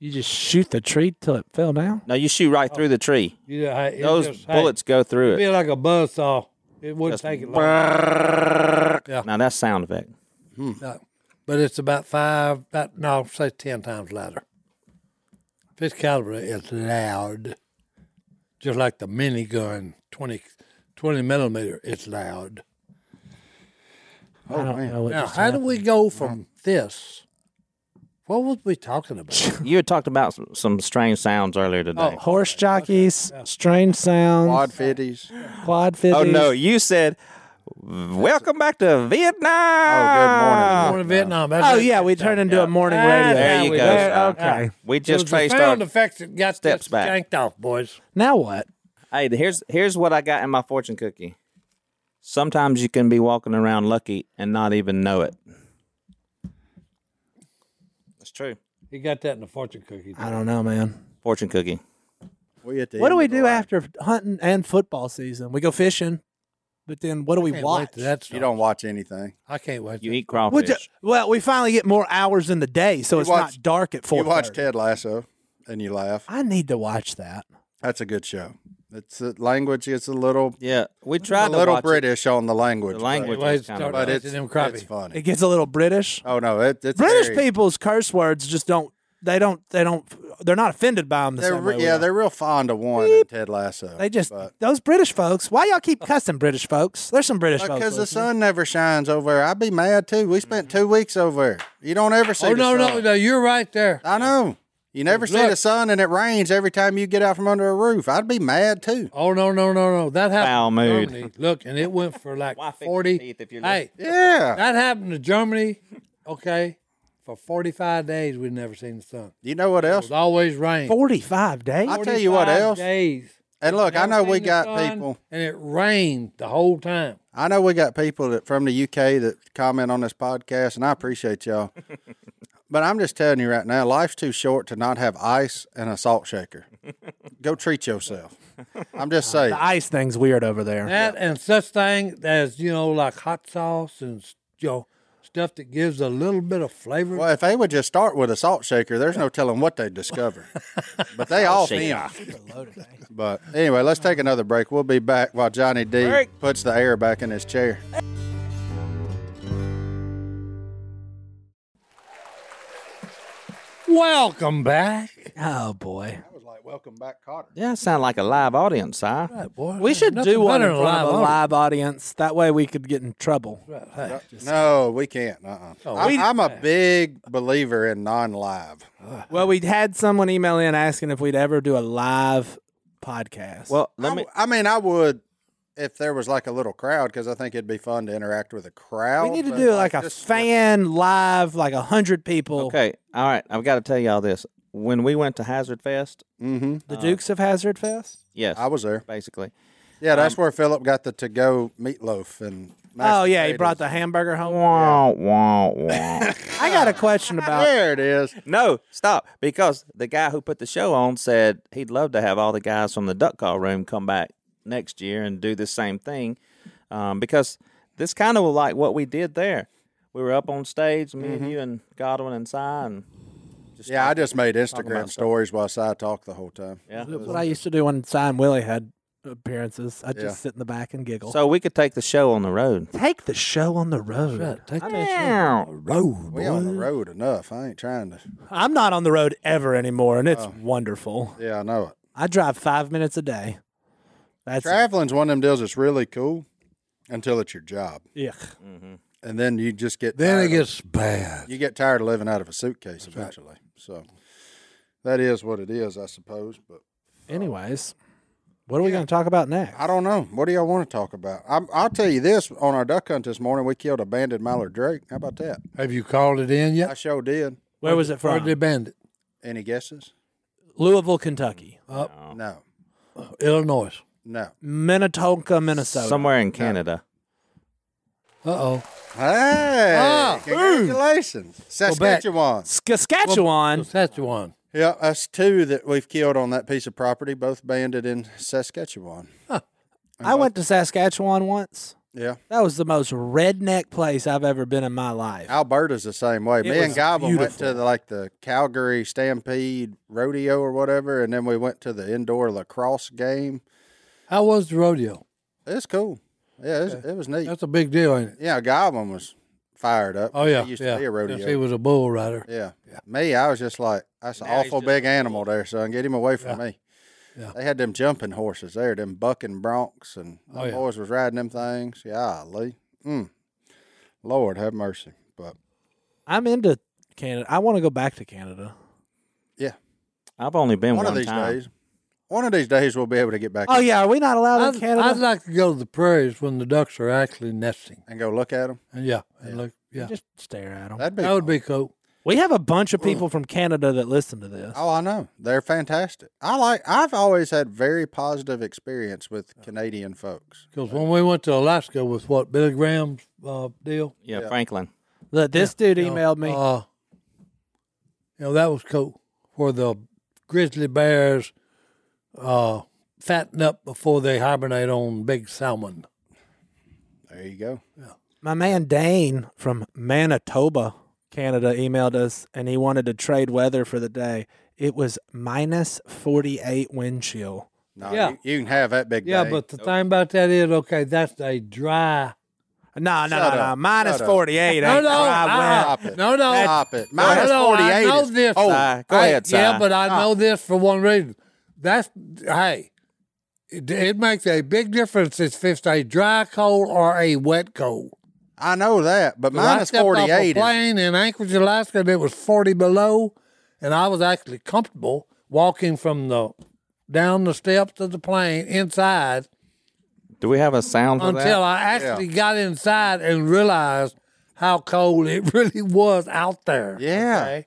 Speaker 2: You just shoot the tree till it fell down.
Speaker 3: No, you shoot right through the tree.
Speaker 4: Oh. You know, it
Speaker 3: Those
Speaker 4: just- hey,
Speaker 3: bullets go through
Speaker 4: it'd
Speaker 3: it.
Speaker 4: be like a buzz saw. It wouldn't
Speaker 3: Just-
Speaker 4: take it long,
Speaker 3: Now that's sound effect.
Speaker 4: no. but it's about five, about no, say ten times louder. Fifth caliber is loud, just like the minigun 20, 20 millimeter. It's loud.
Speaker 2: I don't know what
Speaker 4: Now,
Speaker 2: just
Speaker 4: how do we go from this? What was we talking about?
Speaker 3: [LAUGHS] You had talked about some, some strange sounds earlier today. Oh,
Speaker 2: Horse jockeys, strange sounds,
Speaker 1: Quad
Speaker 2: quad,
Speaker 1: fifties.
Speaker 2: fifties.
Speaker 3: Oh, no, you said welcome back to
Speaker 1: Oh,
Speaker 3: Vietnam.
Speaker 1: good
Speaker 4: Going to Vietnam. That's
Speaker 2: Oh
Speaker 4: it.
Speaker 2: yeah, we turned into a morning
Speaker 4: Ah,
Speaker 2: radio.
Speaker 4: there
Speaker 3: you
Speaker 2: We-
Speaker 3: go.
Speaker 2: there- okay.
Speaker 3: We
Speaker 4: It
Speaker 3: just
Speaker 4: was the
Speaker 3: traced
Speaker 4: sound
Speaker 3: our.
Speaker 4: effects that got
Speaker 3: steps
Speaker 4: this
Speaker 3: back.
Speaker 4: janked off, boys.
Speaker 2: Now what?
Speaker 3: Hey, here's here's what I got in my fortune cookie. Sometimes you can be walking around lucky and not even know it. That's true.
Speaker 4: He got that in the fortune cookie.
Speaker 2: I don't know, man.
Speaker 3: Fortune cookie.
Speaker 1: We at the
Speaker 2: What
Speaker 1: end
Speaker 2: do we
Speaker 1: of the
Speaker 2: do
Speaker 1: line.
Speaker 2: after hunting and football season? We go fishing, but then what do we
Speaker 4: Can't
Speaker 2: watch?
Speaker 4: wait to that stuff.
Speaker 1: You don't watch anything.
Speaker 4: I can't wait.
Speaker 3: You
Speaker 4: to-
Speaker 3: eat
Speaker 2: We
Speaker 3: crawfish.
Speaker 2: ju- well, we finally get more hours in the day, so it's
Speaker 1: watch-
Speaker 2: not dark at four.
Speaker 1: You watch Ted Lasso and you laugh.
Speaker 2: I need to watch that.
Speaker 1: That's a good show. It's the language. It's a little,
Speaker 3: yeah, we
Speaker 1: a
Speaker 3: tried to
Speaker 1: little
Speaker 3: watch it.
Speaker 1: British on the language.
Speaker 3: The
Speaker 1: but-
Speaker 3: language
Speaker 4: Wait,
Speaker 3: was kind
Speaker 4: start-
Speaker 3: of
Speaker 1: but
Speaker 4: Watching
Speaker 1: it's
Speaker 4: them crappy.
Speaker 1: it's
Speaker 2: It
Speaker 1: funny.
Speaker 2: gets a little British.
Speaker 1: Oh no, it, it's
Speaker 2: British
Speaker 1: very-
Speaker 2: people's curse words just don't. They don't. They don't. They're not offended by them. The
Speaker 1: They're
Speaker 2: same way
Speaker 1: re-
Speaker 2: we
Speaker 1: yeah,
Speaker 2: are.
Speaker 1: they're real fond of one in Ted Lasso.
Speaker 2: They just
Speaker 1: but-
Speaker 2: those British folks. Why
Speaker 1: [LAUGHS]
Speaker 2: y'all keep cussing British folks? There's some British folks.
Speaker 1: because the
Speaker 2: listening.
Speaker 1: sun never shines over. there. I'd be mad too. We spent two weeks over. there. You don't ever see.
Speaker 4: Oh
Speaker 1: the
Speaker 4: no, no,
Speaker 1: sun.
Speaker 4: no! You're right there.
Speaker 1: I know. You never see the
Speaker 4: Look.
Speaker 1: sun, and it rains every time you get out from under a roof. I'd be mad too.
Speaker 4: Oh no, no, no, no! That happened.
Speaker 3: Foul
Speaker 4: in
Speaker 3: mood.
Speaker 4: Germany. Look, and it went
Speaker 1: [LAUGHS]
Speaker 4: for like
Speaker 3: Why fix
Speaker 4: forty.
Speaker 3: your teeth if you're
Speaker 4: hey,
Speaker 1: Yeah.
Speaker 4: that happened to Germany. Okay, for forty-five days we'd never seen the sun.
Speaker 1: You know what
Speaker 4: It
Speaker 1: else?
Speaker 4: was always rain.
Speaker 2: Forty-five days.
Speaker 1: I tell you what
Speaker 4: 45
Speaker 1: else.
Speaker 4: Days.
Speaker 1: And look, I
Speaker 4: Never
Speaker 1: know we
Speaker 4: seen the
Speaker 1: got
Speaker 4: sun,
Speaker 1: people.
Speaker 4: and it rained the whole time.
Speaker 1: I know we got people that from the UK that comment on this podcast, and I appreciate y'all. but I'm just telling you right now, life's too short to not have ice and a salt shaker. Go treat yourself. I'm just [LAUGHS] saying.
Speaker 2: The ice thing's weird over there.
Speaker 4: That and such thing as you know, like hot sauce and you know, stuff that gives a little bit of flavor.
Speaker 1: Well, if they would just start with a salt shaker, there's no telling what they'd [LAUGHS] discover. But they all
Speaker 3: shaker.
Speaker 1: think. But anyway, let's take another break. We'll be back while Johnny D puts the air back in his chair.
Speaker 4: Welcome back.
Speaker 2: Oh boy.
Speaker 1: I was like, "Welcome back, Cotter."
Speaker 3: Yeah, it sound like a live audience, huh?
Speaker 4: Boy,
Speaker 2: We
Speaker 4: there's
Speaker 2: should
Speaker 4: nothing
Speaker 2: do one
Speaker 4: better
Speaker 2: in
Speaker 4: than
Speaker 2: front of a
Speaker 4: audio.
Speaker 2: live audience. That way we could get in trouble.
Speaker 4: Hey,
Speaker 1: No, we can't. Uh-uh. I'm, I'm a big believer in non-live.
Speaker 2: Well, we had someone email in asking if we'd ever do a live podcast.
Speaker 3: Well,
Speaker 1: I
Speaker 3: let me.
Speaker 1: w- I mean, I would if there was like a little crowd because I think it'd be fun to interact with a crowd.
Speaker 2: we need to
Speaker 1: but,
Speaker 2: do like a
Speaker 1: just-
Speaker 2: fan live, like a hundred people.
Speaker 3: Okay, all right. I've got to tell y'all this. When we went to Hazard Fest,
Speaker 2: The Dukes of Hazard Fest.
Speaker 3: yes,
Speaker 1: I was there.
Speaker 3: basically.
Speaker 2: um,
Speaker 1: Yeah, that's where Philip got the to-go meatloaf and. mashed
Speaker 2: Oh yeah, he
Speaker 1: potatoes.
Speaker 2: brought the hamburger home.
Speaker 3: Wah, wah, wah.
Speaker 2: I got a question about.
Speaker 1: There it is.
Speaker 3: [LAUGHS] no, stop. Because the guy who put the show on said he'd love to have all the guys from the duck call room come back next year and do the same thing. Um, because this kind of was like what we did there. We were up on stage, me and you and Godwin and Si and just
Speaker 1: Yeah, I just made
Speaker 3: about
Speaker 1: Instagram
Speaker 3: stuff.
Speaker 1: stories while I talked the whole time.
Speaker 3: yeah.
Speaker 2: That's what I used to do when Si and Willie had appearances. I'd
Speaker 1: Yeah.
Speaker 2: just sit in the back and
Speaker 1: Oh.
Speaker 2: giggle.
Speaker 3: So we could take the show on the road.
Speaker 2: take the show on the road.
Speaker 4: take
Speaker 2: I'm,
Speaker 4: that
Speaker 2: road.
Speaker 1: We on the road enough. I ain't trying to.
Speaker 2: I'm not on the road ever anymore, and it's wonderful.
Speaker 1: Yeah, I know it.
Speaker 2: I drive five minutes a day. That's
Speaker 1: Traveling's one of them deals that's really cool until it's your job,
Speaker 2: Yuck.
Speaker 1: and then you just get
Speaker 4: Then
Speaker 1: tired
Speaker 4: it
Speaker 1: of-
Speaker 4: gets bad.
Speaker 1: you get tired of living out of a suitcase eventually. So that is what it is, I suppose. But
Speaker 2: Anyways, what are we going to talk about next?
Speaker 1: I don't know. What do y'all want to talk about? I'm, I'll tell you this: on our duck hunt this morning, we killed a banded mallard drake. How about that?
Speaker 4: Have you called it in
Speaker 1: I
Speaker 4: yet?
Speaker 1: sure did.
Speaker 2: Where was it
Speaker 4: Or
Speaker 2: from?
Speaker 4: did they band it?
Speaker 1: Any guesses?
Speaker 2: Louisville, Kentucky.
Speaker 1: No,
Speaker 4: Illinois.
Speaker 1: no.
Speaker 2: Minnetonka, Minnesota.
Speaker 3: Somewhere in Canada.
Speaker 4: Uh oh.
Speaker 1: Hey,
Speaker 4: Ah,
Speaker 1: congratulations, Saskatchewan.
Speaker 2: Saskatchewan.
Speaker 4: Saskatchewan.
Speaker 1: Yeah, that's two that we've killed on that piece of property, both banded in Saskatchewan.
Speaker 2: I went to Saskatchewan once.
Speaker 1: Yeah,
Speaker 2: That was the most redneck place I've ever been in my life.
Speaker 1: Alberta's the same way. Me and
Speaker 2: was
Speaker 1: Goblin went to
Speaker 2: beautiful.
Speaker 1: the, like the Calgary Stampede rodeo or whatever, and then we went to the indoor lacrosse game.
Speaker 4: How was the rodeo?
Speaker 1: It's cool. Yeah, it's, it was neat.
Speaker 4: That's a big deal, ain't it?
Speaker 1: yeah, Goblin was fired up.
Speaker 4: Oh yeah.
Speaker 1: he used
Speaker 4: yeah.
Speaker 1: to be a rodeo.
Speaker 4: Yes, he was a bull rider.
Speaker 1: Yeah. Me, I was just like, that's an awful big animal there, son. Get him away from me.
Speaker 4: Yeah.
Speaker 1: They had them jumping horses there, them bucking broncs, and the
Speaker 4: Oh, yeah.
Speaker 1: boys was riding them things. Yeah, Lee. Mm. Lord have mercy. But
Speaker 2: I'm into Canada. I want to go back to Canada.
Speaker 1: yeah,
Speaker 3: I've only been
Speaker 1: one
Speaker 3: one,
Speaker 1: of these
Speaker 3: time.
Speaker 1: days, one of these days we'll be able to get back
Speaker 2: Oh yeah, are we not allowed
Speaker 4: I'd,
Speaker 2: in Canada?
Speaker 4: I'd like to go to the prairies when the ducks are actually nesting.
Speaker 1: and go look at them.
Speaker 4: And yeah, and look, yeah,
Speaker 2: Just stare at them.
Speaker 1: That'd be.
Speaker 4: that would be cool.
Speaker 2: we have a bunch of people from Canada that listen to this.
Speaker 1: Oh, I know. They're fantastic. I like. I've always had very positive experience with Canadian folks.
Speaker 4: Because when we went to Alaska with what Billy Graham's uh, deal,
Speaker 3: Yeah, Franklin.
Speaker 2: Look, this dude emailed me.
Speaker 4: uh, you know that was cool. Where the grizzly bears uh, fatten up before they hibernate on big salmon.
Speaker 1: There you go.
Speaker 2: My man Dane from Manitoba, Canada, emailed us and he wanted to trade weather for the day. It was minus 48 wind chill.
Speaker 1: No,
Speaker 4: Yeah.
Speaker 1: you, you can have that big.
Speaker 4: Yeah,
Speaker 1: day.
Speaker 4: but the thing about that is, okay, that's a dry.
Speaker 2: No, no,
Speaker 1: Shut
Speaker 2: no, no.
Speaker 1: up.
Speaker 2: Minus
Speaker 1: Shut up. [LAUGHS]
Speaker 2: 48.
Speaker 4: No,
Speaker 2: ain't
Speaker 4: no,
Speaker 2: dry
Speaker 4: uh-uh.
Speaker 2: weather.
Speaker 1: Stop it.
Speaker 4: no, no.
Speaker 1: Stop it. Minus
Speaker 4: no,
Speaker 1: forty eight.
Speaker 4: I know this.
Speaker 1: Oh,
Speaker 3: Si. Go ahead, Si. Ah.
Speaker 4: Yeah, but I know this for one reason. That's hey, it, it makes a big difference if it's a dry cold or a wet cold.
Speaker 1: I know that, but minus
Speaker 4: I stepped off a
Speaker 1: 48 is,
Speaker 4: plane in Anchorage, Alaska, and it was forty below, and I was actually comfortable walking from the down the steps of the plane inside
Speaker 3: Do we have a sound for
Speaker 4: until
Speaker 3: that?
Speaker 4: I actually got inside and realized how cold it [LAUGHS] really was out there.
Speaker 1: Yeah.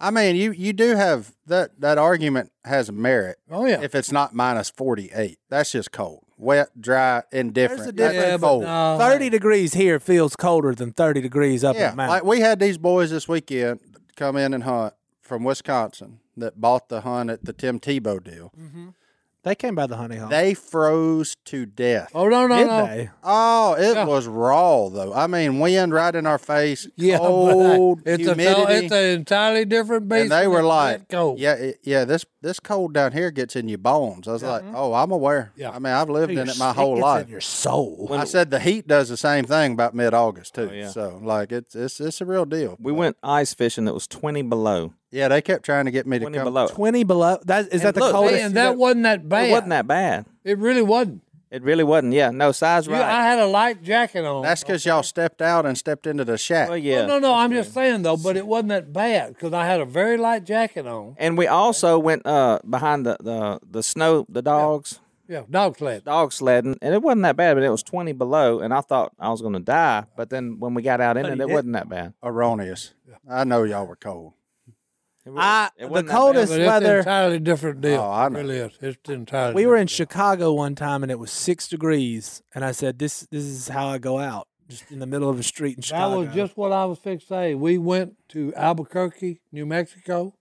Speaker 1: I mean, you you do have that that argument has merit.
Speaker 4: Oh yeah.
Speaker 1: If it's not minus 48, that's just cold. Wet, dry, indifferent.
Speaker 2: There's a
Speaker 1: That's
Speaker 2: difference.
Speaker 1: cold.
Speaker 4: no.
Speaker 2: 30 degrees here feels colder than 30 degrees up
Speaker 1: Ah. Yeah,
Speaker 2: in the
Speaker 1: like
Speaker 2: mountains.
Speaker 1: we had these boys this weekend come in and hunt from Wisconsin that bought the hunt at the Tim Tebow deal.
Speaker 4: Mm-hmm.
Speaker 2: they came by the honey hole.
Speaker 1: They froze to death.
Speaker 4: Oh no no
Speaker 2: Did
Speaker 4: no. [LAUGHS]
Speaker 2: they?
Speaker 1: Oh, it was raw though. I mean, wind right in our
Speaker 4: [LAUGHS]
Speaker 1: face, cold,
Speaker 4: but it's
Speaker 1: humidity.
Speaker 4: A, it's an entirely different beast.
Speaker 1: and they
Speaker 4: when
Speaker 1: were
Speaker 4: it's
Speaker 1: like,
Speaker 4: that cold.
Speaker 1: "Yeah, it- yeah, this this cold down here gets in your bones." I was like, "Oh, I'm aware.
Speaker 4: Mm-hmm. Yeah.
Speaker 1: I mean, I've lived in
Speaker 2: Your
Speaker 1: it my whole
Speaker 2: it's
Speaker 1: life."
Speaker 2: In your soul.
Speaker 1: I said the heat does the same thing about mid August
Speaker 4: Oh,
Speaker 1: too. So like it's it's it's a real deal.
Speaker 3: We went ice fishing that was 20 below.
Speaker 1: yeah, they kept trying to get me to
Speaker 3: 20
Speaker 1: come.
Speaker 3: below.
Speaker 2: 20 below. That, is that the
Speaker 3: look,
Speaker 2: coldest?
Speaker 4: Man, that wasn't that bad.
Speaker 3: It wasn't that bad.
Speaker 4: It really wasn't.
Speaker 3: It really wasn't. Yeah, no, size
Speaker 4: You-
Speaker 3: right.
Speaker 4: I had a light jacket on.
Speaker 1: That's because y'all stepped out and stepped into the shack.
Speaker 3: well, yeah.
Speaker 4: no, no. I'm just saying though, but it wasn't that bad because I had a very light jacket on.
Speaker 3: And we also went uh, behind the, the, the snow, the dogs,
Speaker 4: Yeah, dog sled.
Speaker 3: dog sledding, and it wasn't that bad, but it was 20 below, and I thought I was going to die. But then when we got out in it, it wasn't that bad.
Speaker 1: Erroneous. I know y'all were cold.
Speaker 3: It
Speaker 2: I-
Speaker 3: wasn't- it
Speaker 2: the
Speaker 3: wasn't that
Speaker 2: coldest-
Speaker 4: But
Speaker 3: bad.
Speaker 4: it's
Speaker 2: Weather.
Speaker 4: an entirely different deal.
Speaker 1: Oh, I know.
Speaker 4: It really is. It's entirely.
Speaker 2: we were in
Speaker 4: different deal.
Speaker 2: Chicago one time and it was six degrees, and I said, "This this is how I go out, just in the middle of a street in
Speaker 4: That
Speaker 2: Chicago."
Speaker 4: was just what I was fixing to say. We went to Albuquerque, New Mexico.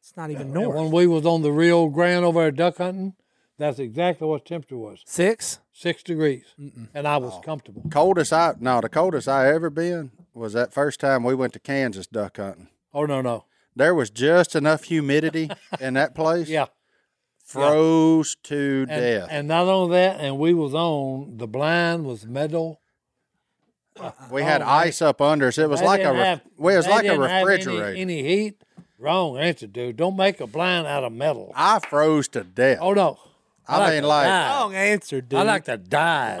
Speaker 2: it's not even
Speaker 4: And
Speaker 2: north.
Speaker 4: when we was on the Rio Grande over there duck hunting, that's exactly what temperature was.
Speaker 2: Six.
Speaker 4: Six degrees. And I was
Speaker 2: Oh.
Speaker 4: comfortable.
Speaker 1: Coldest I no, the coldest I ever been was that first time we went to Kansas duck hunting.
Speaker 4: Oh no, no.
Speaker 1: There was just enough
Speaker 4: [LAUGHS]
Speaker 1: humidity in that place.
Speaker 4: Yeah.
Speaker 1: froze to
Speaker 4: And,
Speaker 1: death.
Speaker 4: and not only that, and we was on the blind was metal.
Speaker 1: we had
Speaker 4: oh,
Speaker 1: ice up under us. It was like a ref- well, it was
Speaker 4: they
Speaker 1: like a
Speaker 4: didn't have any-
Speaker 1: refrigerator.
Speaker 4: Any, heat? Wrong answer, dude. Don't make a blind out of metal.
Speaker 1: I froze to death.
Speaker 4: Oh no.
Speaker 1: I mean,
Speaker 4: to
Speaker 1: like-
Speaker 4: dive.
Speaker 2: Wrong answer, dude.
Speaker 4: I like to dive.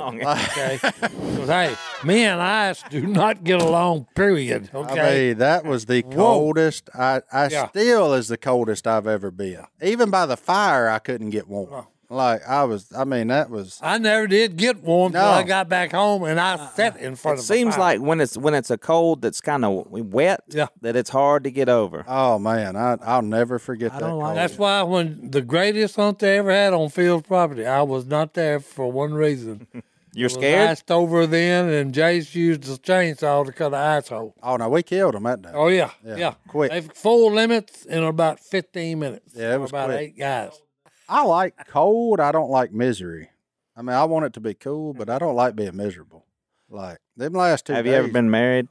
Speaker 1: [LAUGHS]
Speaker 4: Okay. 'Cause, hey, me and ice do not get along, period. Okay.
Speaker 1: I mean, that was the coldest. I, I
Speaker 4: Yeah.
Speaker 1: still is the coldest I've ever been. Even by the fire, I couldn't get warm. Like I was, I mean, that was
Speaker 4: I never did get warm till
Speaker 1: No.
Speaker 4: I got back home and I sat in front of
Speaker 3: Uh-uh. It
Speaker 4: a
Speaker 3: seems
Speaker 4: fire.
Speaker 3: like when it's when it's a cold that's kind of wet,
Speaker 4: Yeah.
Speaker 3: that it's hard to get over.
Speaker 1: oh man, I I'll never forget that.
Speaker 2: don't like
Speaker 1: cold.
Speaker 4: That's why when the greatest hunt they ever had on Fields property, I was not there for one reason.
Speaker 3: You're
Speaker 4: was
Speaker 3: [LAUGHS] scared.
Speaker 4: iced over then, and Jace used the chainsaw to cut an ice hole.
Speaker 1: Oh no, we killed him that day.
Speaker 4: Oh yeah,
Speaker 1: Yeah,
Speaker 4: yeah.
Speaker 1: quick.
Speaker 4: They full limits in about fifteen minutes.
Speaker 1: Yeah, it
Speaker 4: There were
Speaker 1: was
Speaker 4: about
Speaker 1: quick.
Speaker 4: eight guys.
Speaker 1: I like cold. I don't like misery. I mean, I want it to be cool, but I don't like being miserable. Like them last two.
Speaker 3: Have you ever
Speaker 1: days,
Speaker 3: been married?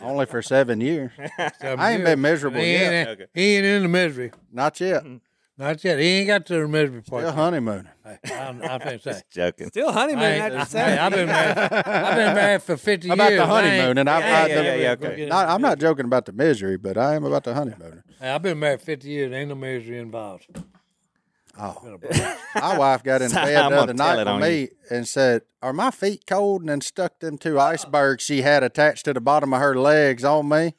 Speaker 1: only for seven years? [LAUGHS] I ain't been miserable
Speaker 4: He
Speaker 1: yet.
Speaker 4: ain't, he ain't in the misery.
Speaker 1: Not yet.
Speaker 4: Not yet. He ain't got to the misery part.
Speaker 1: Still honeymooning.
Speaker 4: Hey, I'm, I'm
Speaker 1: [LAUGHS]
Speaker 4: finna say.
Speaker 3: Joking.
Speaker 2: Still honeymoon.
Speaker 4: I ain't,
Speaker 2: after
Speaker 4: hey,
Speaker 2: seven.
Speaker 4: I've been married. I've been married for fifty
Speaker 1: About the
Speaker 4: years. I ain't-
Speaker 1: honeymoon, and I've-
Speaker 4: I ain't
Speaker 1: Yeah, yeah,
Speaker 4: never
Speaker 3: yeah,
Speaker 4: been
Speaker 3: okay.
Speaker 4: getting-
Speaker 1: Not, I'm not joking about the misery, but I am about the honeymooner.
Speaker 4: Hey, I've been married fifty years. Ain't no misery involved.
Speaker 1: [LAUGHS] Oh, my wife
Speaker 3: [LAUGHS]
Speaker 1: got in
Speaker 3: Sorry,
Speaker 1: bed
Speaker 3: I'm
Speaker 1: the
Speaker 3: gonna
Speaker 1: other
Speaker 3: tell
Speaker 1: night
Speaker 3: it
Speaker 1: with
Speaker 3: on
Speaker 1: me and said, "Are my feet cold?" And then stuck them two icebergs she had attached to the bottom of her legs on me.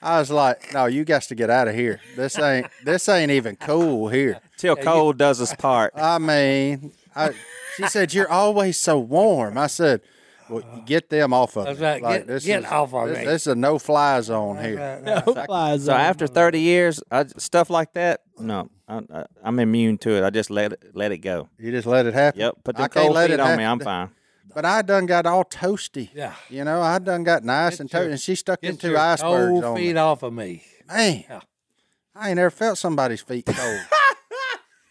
Speaker 1: I was like, "No, you got to get out of here. This ain't this ain't even cool here."
Speaker 3: Till cold does us part.
Speaker 1: I mean, I, she said, "You're always so warm." I said, "Well, you get them off of
Speaker 4: That's
Speaker 1: me.
Speaker 4: right. Get- get off of
Speaker 1: this,
Speaker 4: me.
Speaker 1: This is a no fly zone here.
Speaker 3: So after 30 years, I, stuff like that, no, I, I, I'm immune to it. I just let it, let it go.
Speaker 1: You just let it happen.
Speaker 3: Yep, put
Speaker 1: I
Speaker 3: the
Speaker 1: can't
Speaker 3: cold
Speaker 1: let
Speaker 3: feet
Speaker 1: it
Speaker 3: on
Speaker 1: hap-
Speaker 3: me. I'm fine.
Speaker 1: But I done got all toasty.
Speaker 4: Yeah.
Speaker 1: You know, I done got nice and toasty.
Speaker 4: your-
Speaker 1: And she stuck them
Speaker 4: Get
Speaker 1: two
Speaker 4: your
Speaker 1: icebergs
Speaker 4: cold
Speaker 1: on
Speaker 4: feet
Speaker 1: me.
Speaker 4: off of me.
Speaker 1: Man, I ain't ever felt somebody's feet
Speaker 4: [LAUGHS]
Speaker 1: cold.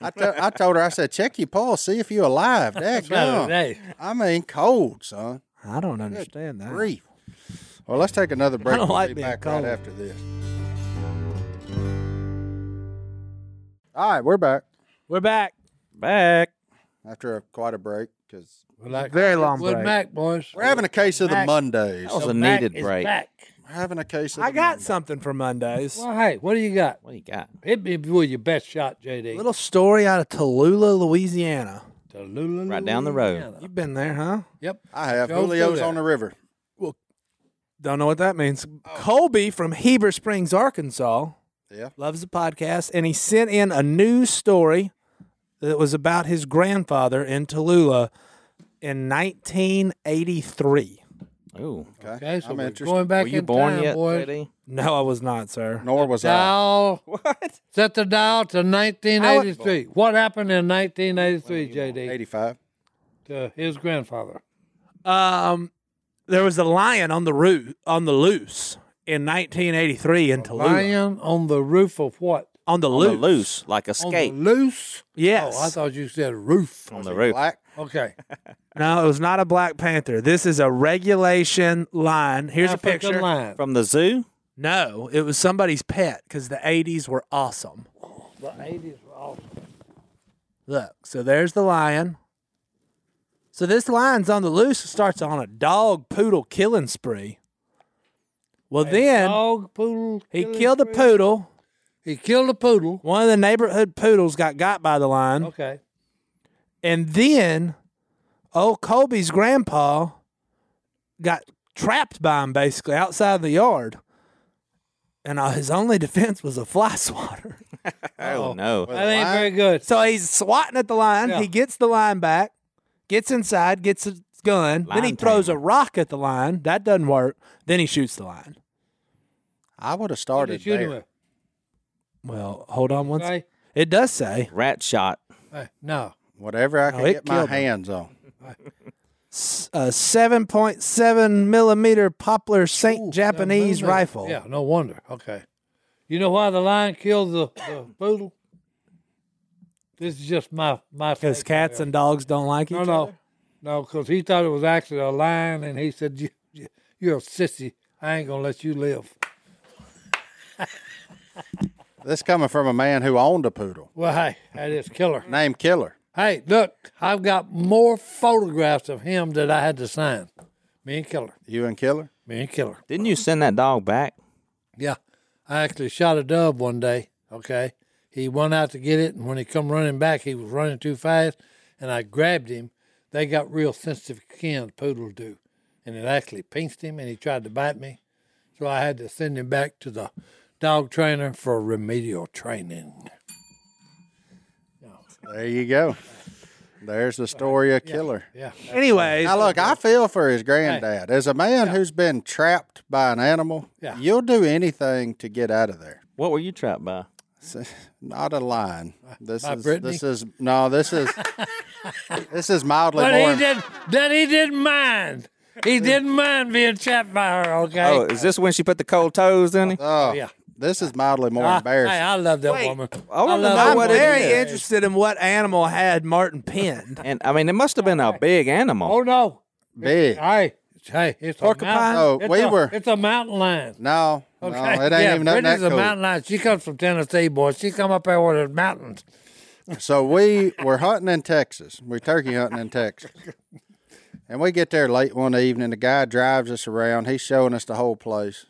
Speaker 1: I, to- I told her, I said, check your pulse, see if you alive. That's
Speaker 4: No, hey,
Speaker 1: I mean, cold, son.
Speaker 2: I don't understand that.
Speaker 1: Grief. Well, let's take another break.
Speaker 2: don't
Speaker 1: We'll
Speaker 2: like
Speaker 1: be
Speaker 2: being
Speaker 1: back
Speaker 2: cold.
Speaker 1: right after this. All right, we're back
Speaker 2: We're back.
Speaker 3: Back.
Speaker 1: after a, quite a break because
Speaker 4: we're like
Speaker 2: Very long
Speaker 4: Fleetwood
Speaker 2: break.
Speaker 4: Mac boys.
Speaker 1: we're having a case of the
Speaker 2: Mac-
Speaker 1: Mondays.
Speaker 3: That was
Speaker 1: We're
Speaker 3: a
Speaker 4: Mac
Speaker 3: needed
Speaker 4: is
Speaker 3: break.
Speaker 4: back.
Speaker 1: having a case of
Speaker 2: I
Speaker 1: the
Speaker 2: got
Speaker 1: Mondays.
Speaker 2: something for Mondays.
Speaker 4: Well, hey, what do you got?
Speaker 3: What do you got?
Speaker 4: Hit me with your best shot, JD.
Speaker 2: Little story out of Tallulah, Louisiana.
Speaker 4: Tallulah,
Speaker 3: Right down the road.
Speaker 4: Louisiana.
Speaker 2: You've been there, huh?
Speaker 4: Yep.
Speaker 1: I have
Speaker 4: Go through
Speaker 1: Julio's
Speaker 4: there.
Speaker 1: on the river.
Speaker 2: Don't know what that means. Colby from Heber Springs, Arkansas,
Speaker 1: Yeah.
Speaker 2: loves the podcast, and he sent in a news story that was about his grandfather in Tallulah in 1983.
Speaker 3: Ooh.
Speaker 4: Okay, so
Speaker 1: I'm
Speaker 4: we're
Speaker 1: interested.
Speaker 4: going back
Speaker 3: Were you
Speaker 4: in
Speaker 3: born
Speaker 4: time,
Speaker 3: yet,
Speaker 4: boys.
Speaker 3: JD?
Speaker 2: No, I was not, sir.
Speaker 1: Nor was I.
Speaker 4: Dial.
Speaker 3: [LAUGHS] What?
Speaker 4: Set the dial to 1983. What happened in 1983, JD,
Speaker 1: 85.
Speaker 4: to Uh, his grandfather?
Speaker 2: Um, there was a lion on the roo- on the loose in 1983 in Tallulah.
Speaker 4: Lion on the roof of what?
Speaker 2: on the
Speaker 3: On the
Speaker 2: loose.
Speaker 3: loose, like a
Speaker 4: On
Speaker 3: skate
Speaker 4: the loose?
Speaker 2: Yes.
Speaker 4: Oh, I thought you said roof.
Speaker 3: on the roof.
Speaker 1: Black.
Speaker 4: Okay.
Speaker 2: no, it was not a black panther. This is a regulation lion. Here's a
Speaker 4: African
Speaker 2: picture.
Speaker 4: Lion.
Speaker 3: From the zoo?
Speaker 2: No, it was somebody's pet because the 80s were awesome.
Speaker 4: The 80s were awesome.
Speaker 2: Look, so there's the lion. So this lion's on the loose starts on a dog poodle killing spree. Well, then
Speaker 4: Dog, poodle.
Speaker 2: he
Speaker 4: killing
Speaker 2: killed a
Speaker 4: spree.
Speaker 2: poodle.
Speaker 4: He killed a poodle.
Speaker 2: One of the neighborhood poodles got got by the lion.
Speaker 4: Okay.
Speaker 2: And then old Colby's grandpa got trapped by him basically outside the yard. And uh, his only defense was a fly [LAUGHS] swatter.
Speaker 3: Oh, no.
Speaker 4: That ain't very good.
Speaker 2: So he's swatting at the lion.
Speaker 4: Yeah.
Speaker 2: He gets the lion back, gets inside, gets his gun. then he
Speaker 3: Lion
Speaker 2: throws
Speaker 3: tamer.
Speaker 2: a rock at the lion. That doesn't work. Then he shoots the lion.
Speaker 1: I would have
Speaker 4: What did
Speaker 1: started
Speaker 4: you shoot him
Speaker 1: there.
Speaker 4: with?
Speaker 2: Well, hold on one second.
Speaker 4: Okay.
Speaker 2: It does say.
Speaker 3: Rat shot.
Speaker 4: Hey, no.
Speaker 1: Whatever I could
Speaker 2: it
Speaker 1: get my
Speaker 2: killed him.
Speaker 1: hands on.
Speaker 2: s- A 7.7 millimeter Poplar Saint Japanese
Speaker 4: Moonlight.
Speaker 2: rifle.
Speaker 4: Yeah, no wonder. Okay. You know why the lion killed the, the poodle? This is just my my.
Speaker 2: Because
Speaker 4: take.
Speaker 2: cats and dogs don't like each
Speaker 4: No,
Speaker 2: other.
Speaker 4: no, no, because he thought it was actually a lion, and he said, you, you, "You're a sissy. I ain't gonna let you live."
Speaker 1: This coming from a man who owned a poodle
Speaker 4: Well, hey, that is killer.
Speaker 1: named Killer.
Speaker 4: Hey, look, I've got more photographs of him that I had to sign. Me and Killer.
Speaker 1: You and Killer?
Speaker 4: Me and Killer.
Speaker 3: Didn't you send that dog back?
Speaker 4: Yeah, I actually shot a dove one day. Okay, he went out to get it, and when he come running back, he was running too fast, and I grabbed him. They got real sensitive skin, poodles do, and it actually pinched him, and he tried to bite me, so I had to send him back to the dog trainer for remedial training.
Speaker 1: There you go. There's the story of killer.
Speaker 4: Yeah.
Speaker 2: Anyways,
Speaker 1: Now look, I feel for his granddad. As a man who's been trapped by an animal,
Speaker 4: Yeah.
Speaker 1: you'll do anything to get out of there.
Speaker 3: What were you trapped by?
Speaker 1: Not a lion. This
Speaker 4: by
Speaker 1: is
Speaker 4: Brittany?
Speaker 1: this is no. This
Speaker 4: [LAUGHS]
Speaker 1: is this is mildly
Speaker 4: But he
Speaker 1: more.
Speaker 4: did that he didn't mind. He didn't mind being trapped by her, okay?
Speaker 3: Oh, is this when she put the cold toes in him?
Speaker 1: Oh,
Speaker 4: Yeah.
Speaker 1: This is mildly more
Speaker 4: I,
Speaker 1: embarrassing.
Speaker 4: hey, I love that
Speaker 2: Wait.
Speaker 4: woman.
Speaker 3: I wanna
Speaker 4: love
Speaker 3: know
Speaker 4: her.
Speaker 2: I'm
Speaker 3: what it
Speaker 2: very
Speaker 3: is.
Speaker 2: interested in what animal had Martin pinned.
Speaker 3: And I mean, it must have been a big
Speaker 4: Oh
Speaker 3: animal.
Speaker 4: no.
Speaker 1: Big.
Speaker 4: Hey. uh, Hey, it's
Speaker 2: Porcupine?
Speaker 4: a mountain.
Speaker 1: Oh,
Speaker 4: it's
Speaker 1: we
Speaker 4: a,
Speaker 1: were-
Speaker 4: it's a mountain lion.
Speaker 1: No, no, it ain't even nothing that
Speaker 4: Brittany's
Speaker 1: cool.
Speaker 4: a mountain lion. She comes from Tennessee, boy. She come up there where there's mountains.
Speaker 1: So we were hunting in Texas. We're turkey hunting in Texas. And we get there late one evening. The guy drives us around. He's showing us the whole place.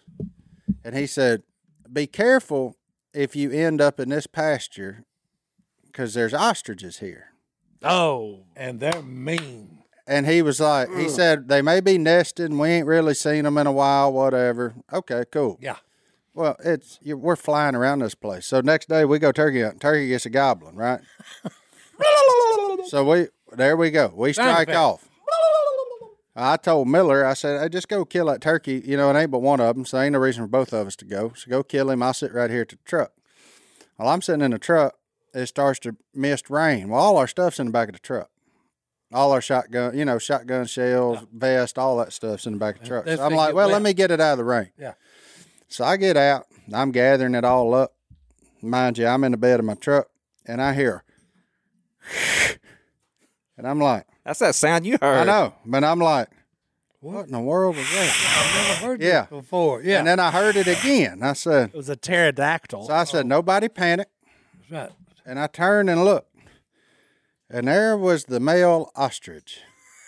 Speaker 1: And he said, Be careful if you end up in this pasture because there's ostriches here.
Speaker 4: Oh, and they're mean.
Speaker 1: [LAUGHS] And he was like, He said, They may be nesting. We ain't really seen them in a while, whatever. Okay, cool.
Speaker 4: Yeah.
Speaker 1: Well, it's you we're flying around this place. So next day we go turkey hunting. Turkey gets a goblin, right? so we there we go. We strike
Speaker 4: effect.
Speaker 1: off. I told Miller, I said, "Hey, just go kill that turkey. You know, it ain't but one of them, so ain't no reason for both of us to go. So go kill him. I'll sit right here at the truck." While I'm sitting in the truck, it starts to mist rain. Well, all our stuff's in the back of the truck. All our shotgun, you know, shotgun shells, vest, all that stuff's in the back of the truck.
Speaker 4: that's
Speaker 1: So I'm
Speaker 4: gonna
Speaker 1: like,
Speaker 4: get
Speaker 1: well,
Speaker 4: wet.
Speaker 1: let me get it out of the rain.
Speaker 4: Yeah.
Speaker 1: So I get out. I'm gathering it all up. Mind you, I'm in the bed of my truck, and I hear, [SIGHS] and I'm like,
Speaker 3: That's that sound you heard.
Speaker 1: I know, but I'm like, what in the world was that?
Speaker 4: I've heard
Speaker 1: Yeah.
Speaker 4: this before. Yeah.
Speaker 1: And then I heard it again. I said,
Speaker 2: [LAUGHS] It was a pterodactyl.
Speaker 1: so I said, nobody panic.
Speaker 4: That's right.
Speaker 1: And I turned and looked, and there was the male ostrich.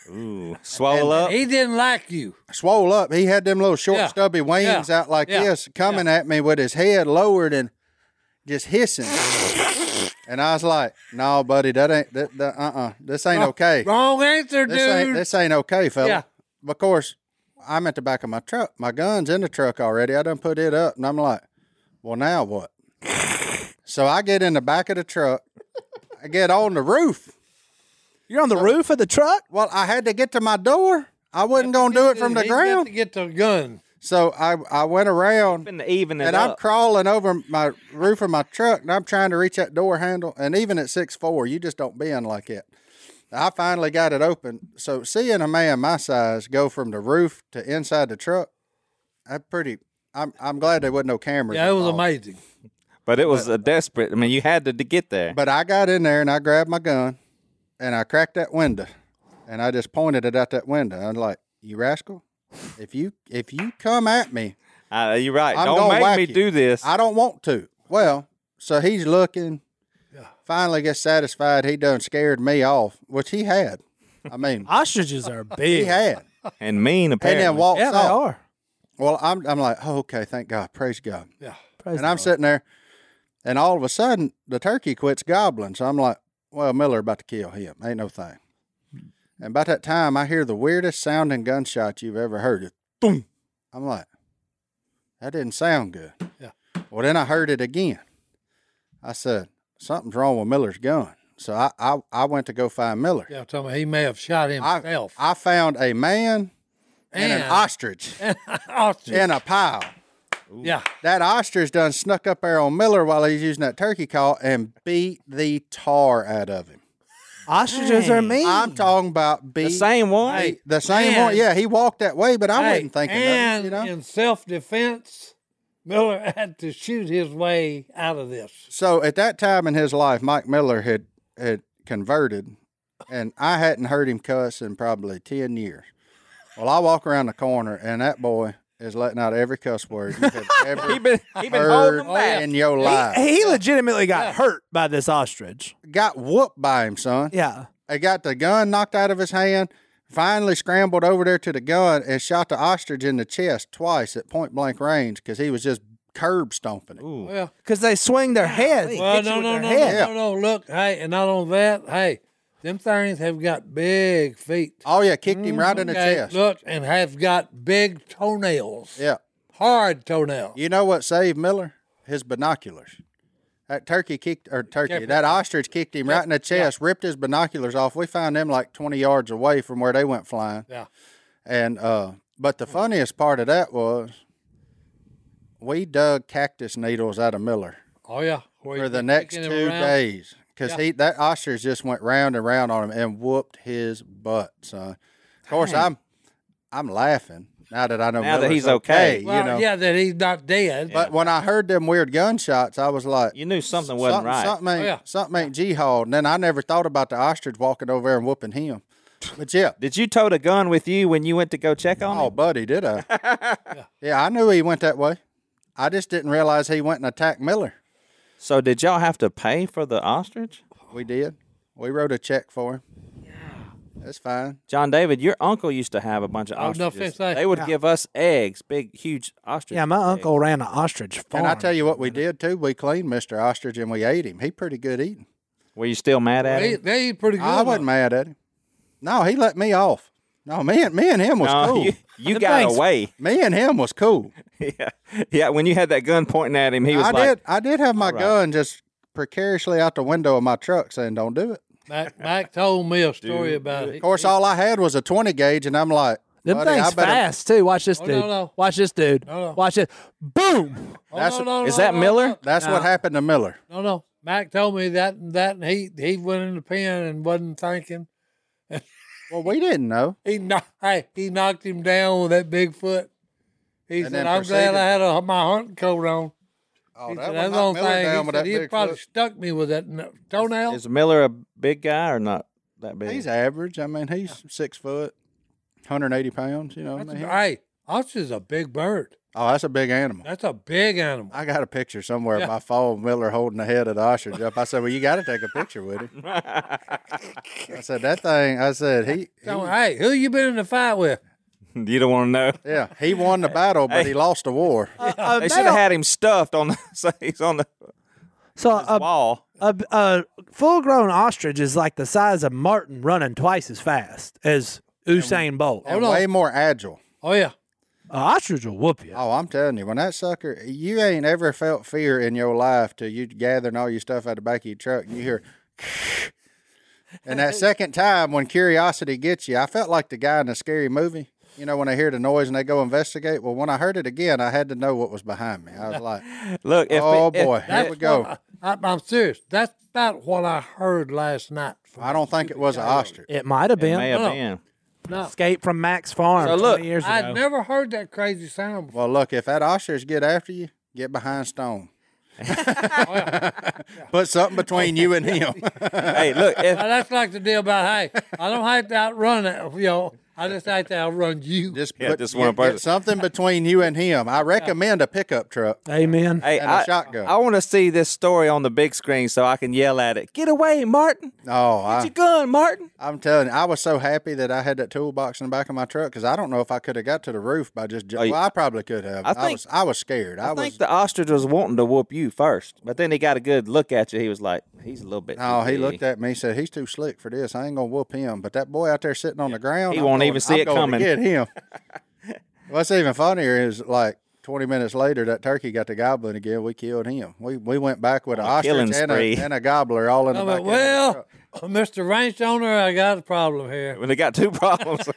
Speaker 3: Ooh, swallow
Speaker 1: Uh,
Speaker 3: up.
Speaker 4: He didn't like you.
Speaker 1: swole up. He had them little short,
Speaker 4: Yeah.
Speaker 1: stubby wings
Speaker 4: Yeah.
Speaker 1: out like
Speaker 4: Yeah.
Speaker 1: this, coming at me with his head lowered and just hissing. and I was like, "No, buddy, that ain't that. that uh, uh this ain't okay.
Speaker 4: Wrong answer,
Speaker 1: This
Speaker 4: dude.
Speaker 1: ain't this ain't okay, fella."
Speaker 4: Yeah.
Speaker 1: Of course, I'm at the back of my truck. My gun's in the truck already. I done put it up, and I'm like, "Well, now what?" so I get in the back of the truck. I get on the roof.
Speaker 2: You're on the roof of the truck?
Speaker 1: Well, I had to get to my door. I wasn't gonna do it from the
Speaker 4: He's got
Speaker 1: ground.
Speaker 4: to get the gun.
Speaker 1: So I I went around.
Speaker 3: Been to even it
Speaker 1: and I'm
Speaker 3: up.
Speaker 1: crawling over my roof of my truck, and I'm trying to reach that door handle. And even at six four, you just don't bend like it. I finally got it open. So seeing a man my size go from the roof to inside the truck, I pretty. I'm I'm glad there wasn't no cameras.
Speaker 4: Yeah, it was
Speaker 1: involved.
Speaker 4: amazing.
Speaker 3: but it was a desperate. I mean, you had to, to get there.
Speaker 1: But I got in there and I grabbed my gun, and I cracked that window, and I just pointed it out that window. I'm like, "You rascal! If you if you come at me,
Speaker 3: Uh, you're right.
Speaker 1: I'm
Speaker 3: Don't
Speaker 1: gonna
Speaker 3: make
Speaker 1: whack
Speaker 3: me
Speaker 1: you.
Speaker 3: do this.
Speaker 1: I don't want to. Well, so he's looking. Finally gets satisfied. He done scared me off, which he had. I
Speaker 2: [LAUGHS]
Speaker 1: mean,
Speaker 2: Ostriches are
Speaker 1: he
Speaker 2: big.
Speaker 1: had.
Speaker 3: and mean
Speaker 1: And
Speaker 3: apparently.
Speaker 1: then walks
Speaker 2: yeah, they
Speaker 1: off.
Speaker 2: are.
Speaker 1: Well, I'm I'm like, oh, okay, thank God, praise God.
Speaker 4: Yeah.
Speaker 2: Praise
Speaker 1: and I'm sitting there, and all of a sudden the turkey quits gobbling. So I'm like, well, Miller about to kill him. Ain't no thing. And by that time, I hear the weirdest sounding gunshot you've ever heard. It boom. I'm like, that didn't sound good.
Speaker 4: Yeah.
Speaker 1: Well, then I heard it again. I said, something's wrong with Miller's gun. So I I, I went to go find Miller.
Speaker 4: Yeah, I'm talking about he may have shot
Speaker 1: I,
Speaker 4: himself.
Speaker 1: I found a man and, an
Speaker 4: And-
Speaker 1: ostrich
Speaker 4: [LAUGHS] Ostrich.
Speaker 1: in a pile.
Speaker 4: Yeah.
Speaker 1: That ostrich done snuck up there on Miller while he's using that turkey call and beat the tar out of him.
Speaker 2: Ostriches are mean.
Speaker 1: I'm talking about beat
Speaker 3: the same one.
Speaker 4: Hey.
Speaker 1: the same one.
Speaker 4: And-
Speaker 1: Yeah, he walked that way, but I
Speaker 4: Hey,
Speaker 1: wasn't thinking that.
Speaker 4: and
Speaker 1: You know.
Speaker 4: in self defense, Miller [LAUGHS] had to shoot his way out of this.
Speaker 1: so at that time in his life, Mike Miller had had converted, and I hadn't heard him cuss in probably ten years. Well, I walk around the corner, and that boy is letting out every cuss word you
Speaker 3: [LAUGHS]
Speaker 1: have ever
Speaker 3: He been he been holding
Speaker 1: heard
Speaker 3: them back.
Speaker 1: in your life.
Speaker 2: he, he legitimately got hurt by this ostrich.
Speaker 1: Got whooped by him, son.
Speaker 2: Yeah.
Speaker 1: He got the gun knocked out of his hand, finally scrambled over there to the gun and shot the ostrich in the chest twice at point blank range because he was just curb stomping it.
Speaker 3: Ooh.
Speaker 4: Well,
Speaker 2: Because they swing their heads. and
Speaker 4: well
Speaker 2: hit you
Speaker 4: no,
Speaker 2: with
Speaker 4: no,
Speaker 2: their
Speaker 4: no,
Speaker 2: head.
Speaker 4: no, no, no. Look, hey, and not only that, hey, them things have got big feet.
Speaker 1: Oh, yeah, kicked him right in the
Speaker 4: Mm, Okay,
Speaker 1: chest.
Speaker 4: Look, and have got big toenails.
Speaker 1: Yeah.
Speaker 4: Hard toenails.
Speaker 1: You know what saved Miller? His binoculars. That turkey kicked or turkey. That ostrich kicked him right in the chest, ripped his binoculars off. We found them like twenty yards away from where they went flying.
Speaker 4: Yeah.
Speaker 1: And uh, but the funniest part of that was we dug cactus needles out of Miller
Speaker 4: Oh yeah. Where
Speaker 1: for
Speaker 4: you
Speaker 1: the
Speaker 4: keep
Speaker 1: next
Speaker 4: kicking him
Speaker 1: two
Speaker 4: around.
Speaker 1: days because he that ostrich just went round and round on him and whooped his butt, son. Of course, I'm I'm laughing now that I know
Speaker 3: Now that
Speaker 1: Miller's
Speaker 3: he's okay.
Speaker 1: You
Speaker 4: Well,
Speaker 1: know,
Speaker 4: yeah, that he's not dead.
Speaker 1: but when I heard them weird gunshots, I was like,
Speaker 3: You knew something wasn't
Speaker 1: something,
Speaker 3: right.
Speaker 1: Something ain't,
Speaker 4: Oh, yeah.
Speaker 1: something ain't jihad. And then I never thought about the ostrich walking over there and whooping him. But yeah,
Speaker 3: Did you tote a gun with you when you went to go check on [LAUGHS]
Speaker 1: oh,
Speaker 3: him?
Speaker 1: buddy, did I? yeah. I knew he went that way. I just didn't realize he went and attacked Miller.
Speaker 3: So did y'all have to pay for the ostrich?
Speaker 1: We did. We wrote a check for him. That's fine.
Speaker 3: John David, your uncle used to have a bunch of
Speaker 4: Oh, no
Speaker 3: ostriches.
Speaker 4: offense, eh?
Speaker 3: they would give us eggs, big, huge ostrich.
Speaker 2: Yeah, my
Speaker 3: eggs.
Speaker 2: uncle ran an ostrich farm.
Speaker 1: And I tell you what we did too. We cleaned Mr. Ostrich and we ate him. He pretty good eating.
Speaker 3: Were you still mad at
Speaker 4: they,
Speaker 3: him?
Speaker 4: they eat pretty good.
Speaker 1: I wasn't mad at him. No, he let me off. No, me and me and him was
Speaker 3: No, [LAUGHS]
Speaker 1: cool.
Speaker 3: you, you got
Speaker 2: Thanks.
Speaker 3: away. [LAUGHS]
Speaker 1: Me and him was cool.
Speaker 3: yeah, yeah. When you had that gun pointing at him, he was
Speaker 1: I
Speaker 3: like,
Speaker 1: did. I did have my gun just precariously out the window of my truck, saying, "Don't do it."
Speaker 4: Mac, Mac told me a story about it.
Speaker 1: Of course, all I had was a twenty gauge, and I'm like,
Speaker 2: Them
Speaker 1: "Buddy, I
Speaker 2: things
Speaker 1: better-"
Speaker 2: fast too. Watch this dude.
Speaker 4: no, no.
Speaker 2: Watch this dude.
Speaker 4: No, no.
Speaker 2: Watch it. Boom.
Speaker 4: Oh,
Speaker 1: that's-
Speaker 4: no, no,
Speaker 3: "Is
Speaker 4: no,
Speaker 3: that
Speaker 4: no,
Speaker 3: Miller?"
Speaker 1: That's what happened to Miller.
Speaker 4: No, no. Mac told me that and that, and he he went in the pen and wasn't thinking.
Speaker 1: Well, we didn't know.
Speaker 4: He knocked. Hey, he knocked him down with that big foot. He
Speaker 1: And
Speaker 4: said,
Speaker 1: then
Speaker 4: "I'm glad
Speaker 1: proceeded.
Speaker 4: I had a, my hunting coat on."
Speaker 1: Oh,
Speaker 4: He said, "That's the only thing." He said, "He probably stuck me with that kn- toenail."
Speaker 3: "Is Miller a big guy or not that big?"
Speaker 1: He's average. I mean, he's six foot, 180 pounds. You know,
Speaker 4: That's
Speaker 1: what I
Speaker 4: a,
Speaker 1: mean?
Speaker 4: hey, ostrich is a big bird.
Speaker 1: oh, that's a big animal.
Speaker 4: That's a big animal.
Speaker 1: I got a picture somewhere by Fall Miller holding the head of the ostrich up. I said, "Well, you got to take a picture with him." I said, "That thing." I said, "He,
Speaker 4: Tell me, hey, who you been in the fight with?
Speaker 3: [LAUGHS] you don't want to know.
Speaker 1: yeah, he won the battle, but he lost the war."
Speaker 2: Uh,
Speaker 3: They should have had him stuffed on the. [LAUGHS] So he's on the
Speaker 2: so a,
Speaker 3: wall.
Speaker 2: a, a full-grown ostrich is like the size of Martin running twice as fast as Usain Bolt.
Speaker 3: Oh.
Speaker 2: An
Speaker 1: And way more agile.
Speaker 4: Oh yeah,
Speaker 2: ostrich will whoop you.
Speaker 1: Oh, I'm telling you, when that sucker, you ain't ever felt fear in your life till you gathering all your stuff out the back of your truck and you hear. [LAUGHS] and that second time when curiosity gets you, I felt like the guy in the scary movie. You know, when they hear the noise and they go investigate. Well, when I heard it again, I had to know what was behind me. I was like,
Speaker 3: Look, if
Speaker 1: oh
Speaker 3: it- if-
Speaker 1: boy, here
Speaker 4: That's
Speaker 1: we go.
Speaker 4: what I, I, am serious. That's about what I heard last night. From
Speaker 1: I don't think it
Speaker 3: [LAUGHS]
Speaker 1: was an ostrich.
Speaker 2: It might have
Speaker 3: it
Speaker 2: been
Speaker 3: may have
Speaker 4: No, no.
Speaker 3: been.
Speaker 2: escape from Max Farm
Speaker 3: So
Speaker 2: 20
Speaker 3: look,
Speaker 2: years ago.
Speaker 4: I'd never heard that crazy sound before.
Speaker 1: Well, look, if that ostrich get after you, get behind
Speaker 3: [LAUGHS]
Speaker 1: stone. Put something between you and
Speaker 3: [LAUGHS]
Speaker 1: him.
Speaker 3: hey, look, if
Speaker 4: Now, that's like the deal about hey, I don't have to outrun it, you know. I just have to outrun you.
Speaker 1: Just
Speaker 3: Yeah,
Speaker 1: put-
Speaker 3: just
Speaker 1: get-
Speaker 3: one
Speaker 1: get
Speaker 3: person.
Speaker 1: something between you and him. I recommend a pickup truck.
Speaker 2: Amen.
Speaker 3: hey,
Speaker 1: and a
Speaker 3: I,
Speaker 1: shotgun.
Speaker 3: I want to see this story on the big screen so I can yell at it. Get away, Martin!
Speaker 1: Oh,
Speaker 3: Get
Speaker 1: I,
Speaker 3: your gun, Martin!
Speaker 1: I'm telling you, I was so happy that I had that toolbox in the back of my truck because I don't know if I could have got to the roof by just. Ju-
Speaker 3: Oh, you-
Speaker 1: well, I probably could have.
Speaker 3: I
Speaker 1: I,
Speaker 3: think-
Speaker 1: was I was scared. I,
Speaker 3: I
Speaker 1: was.
Speaker 3: think the ostrich was wanting to whoop you first, but then he got a good look at you. He was like, "He's a little bit."
Speaker 1: no,
Speaker 3: too
Speaker 1: Oh, he
Speaker 3: big.
Speaker 1: looked at me. Said he's too slick for this. I ain't gonna whoop him. But that boy out there sitting on the ground,
Speaker 3: He
Speaker 1: I'm
Speaker 3: won't
Speaker 1: going-
Speaker 3: even see
Speaker 1: I'm
Speaker 3: it
Speaker 1: going to
Speaker 3: coming.
Speaker 1: Get
Speaker 3: [LAUGHS]
Speaker 1: him. What's even funnier is like 20 minutes later, that turkey got the goblin again. We killed him. We we went back with an
Speaker 3: a Oh, killing
Speaker 1: ostrich and
Speaker 3: spree.
Speaker 1: a, and a gobbler all in the
Speaker 4: I
Speaker 1: back.
Speaker 4: went,
Speaker 1: end.
Speaker 4: Oh, well, Mr. Ranch Owner, I got a problem here.
Speaker 3: [LAUGHS] When they got two
Speaker 1: [LAUGHS]
Speaker 3: problems.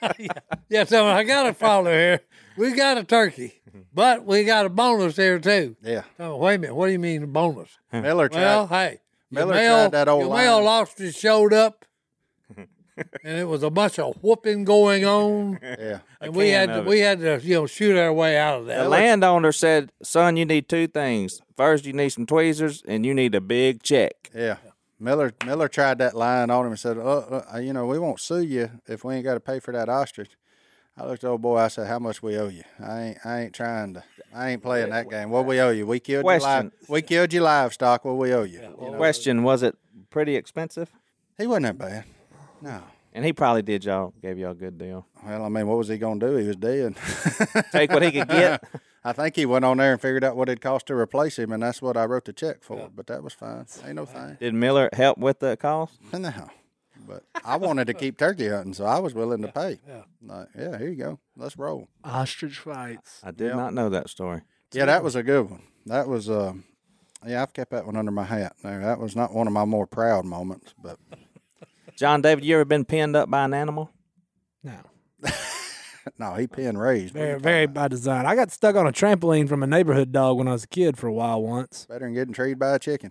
Speaker 4: Yeah, so I got a problem here. We got a turkey, but we got a bonus here too.
Speaker 1: yeah.
Speaker 4: So, wait a minute, what do you mean a bonus?
Speaker 1: Miller tried.
Speaker 4: Well, hey, your
Speaker 1: Miller
Speaker 4: male,
Speaker 1: tried that old
Speaker 4: your male
Speaker 1: line.
Speaker 4: ostrich
Speaker 1: [LAUGHS]
Speaker 4: showed up, and it was a bunch of whooping going on,
Speaker 1: yeah.
Speaker 4: and we had
Speaker 3: can
Speaker 4: to,
Speaker 3: of it.
Speaker 4: we had to you know shoot our way out of that.
Speaker 3: the landowner said, "Son, you need two things. First, you need some tweezers, and you need a big check."
Speaker 1: Yeah. Miller Miller tried that line on him and said, oh, uh, you know, we won't sue you if we ain't got to pay for that ostrich. I looked at the old boy. I said, "How much we owe you? I ain't, I ain't trying to, I ain't playing that game. What we owe you? We killed you
Speaker 3: Question.
Speaker 1: live, we killed your livestock. What we owe you? You know, uh,
Speaker 3: Question: Was it pretty expensive?
Speaker 1: he wasn't that bad. No.
Speaker 3: And he probably did y'all gave y'all a good deal.
Speaker 1: Well, I mean, what was he gonna do? He was dead. [LAUGHS]
Speaker 3: Take what he could get.
Speaker 1: I think he went on there and figured out what it cost to replace him, and that's what I wrote the check for. But that was fine. Ain't no thing.
Speaker 3: Did Miller help with the cost?
Speaker 1: No. But I wanted to keep turkey hunting, so I was willing to pay. Yeah. Like, yeah, here you go. Let's roll.
Speaker 2: Ostrich fights.
Speaker 3: I did not know that story.
Speaker 1: Yeah, that was a good one. That was uh, Yeah, I've kept that one under my hat. There, that was not one of my more proud moments, but [LAUGHS]
Speaker 3: John David, you ever been pinned up by an animal?
Speaker 2: No.
Speaker 1: no, he pin raised. me.
Speaker 2: Very, very by design. I got stuck on a trampoline from a neighborhood dog when I was a kid for a while once.
Speaker 1: Better than getting treed by a chicken.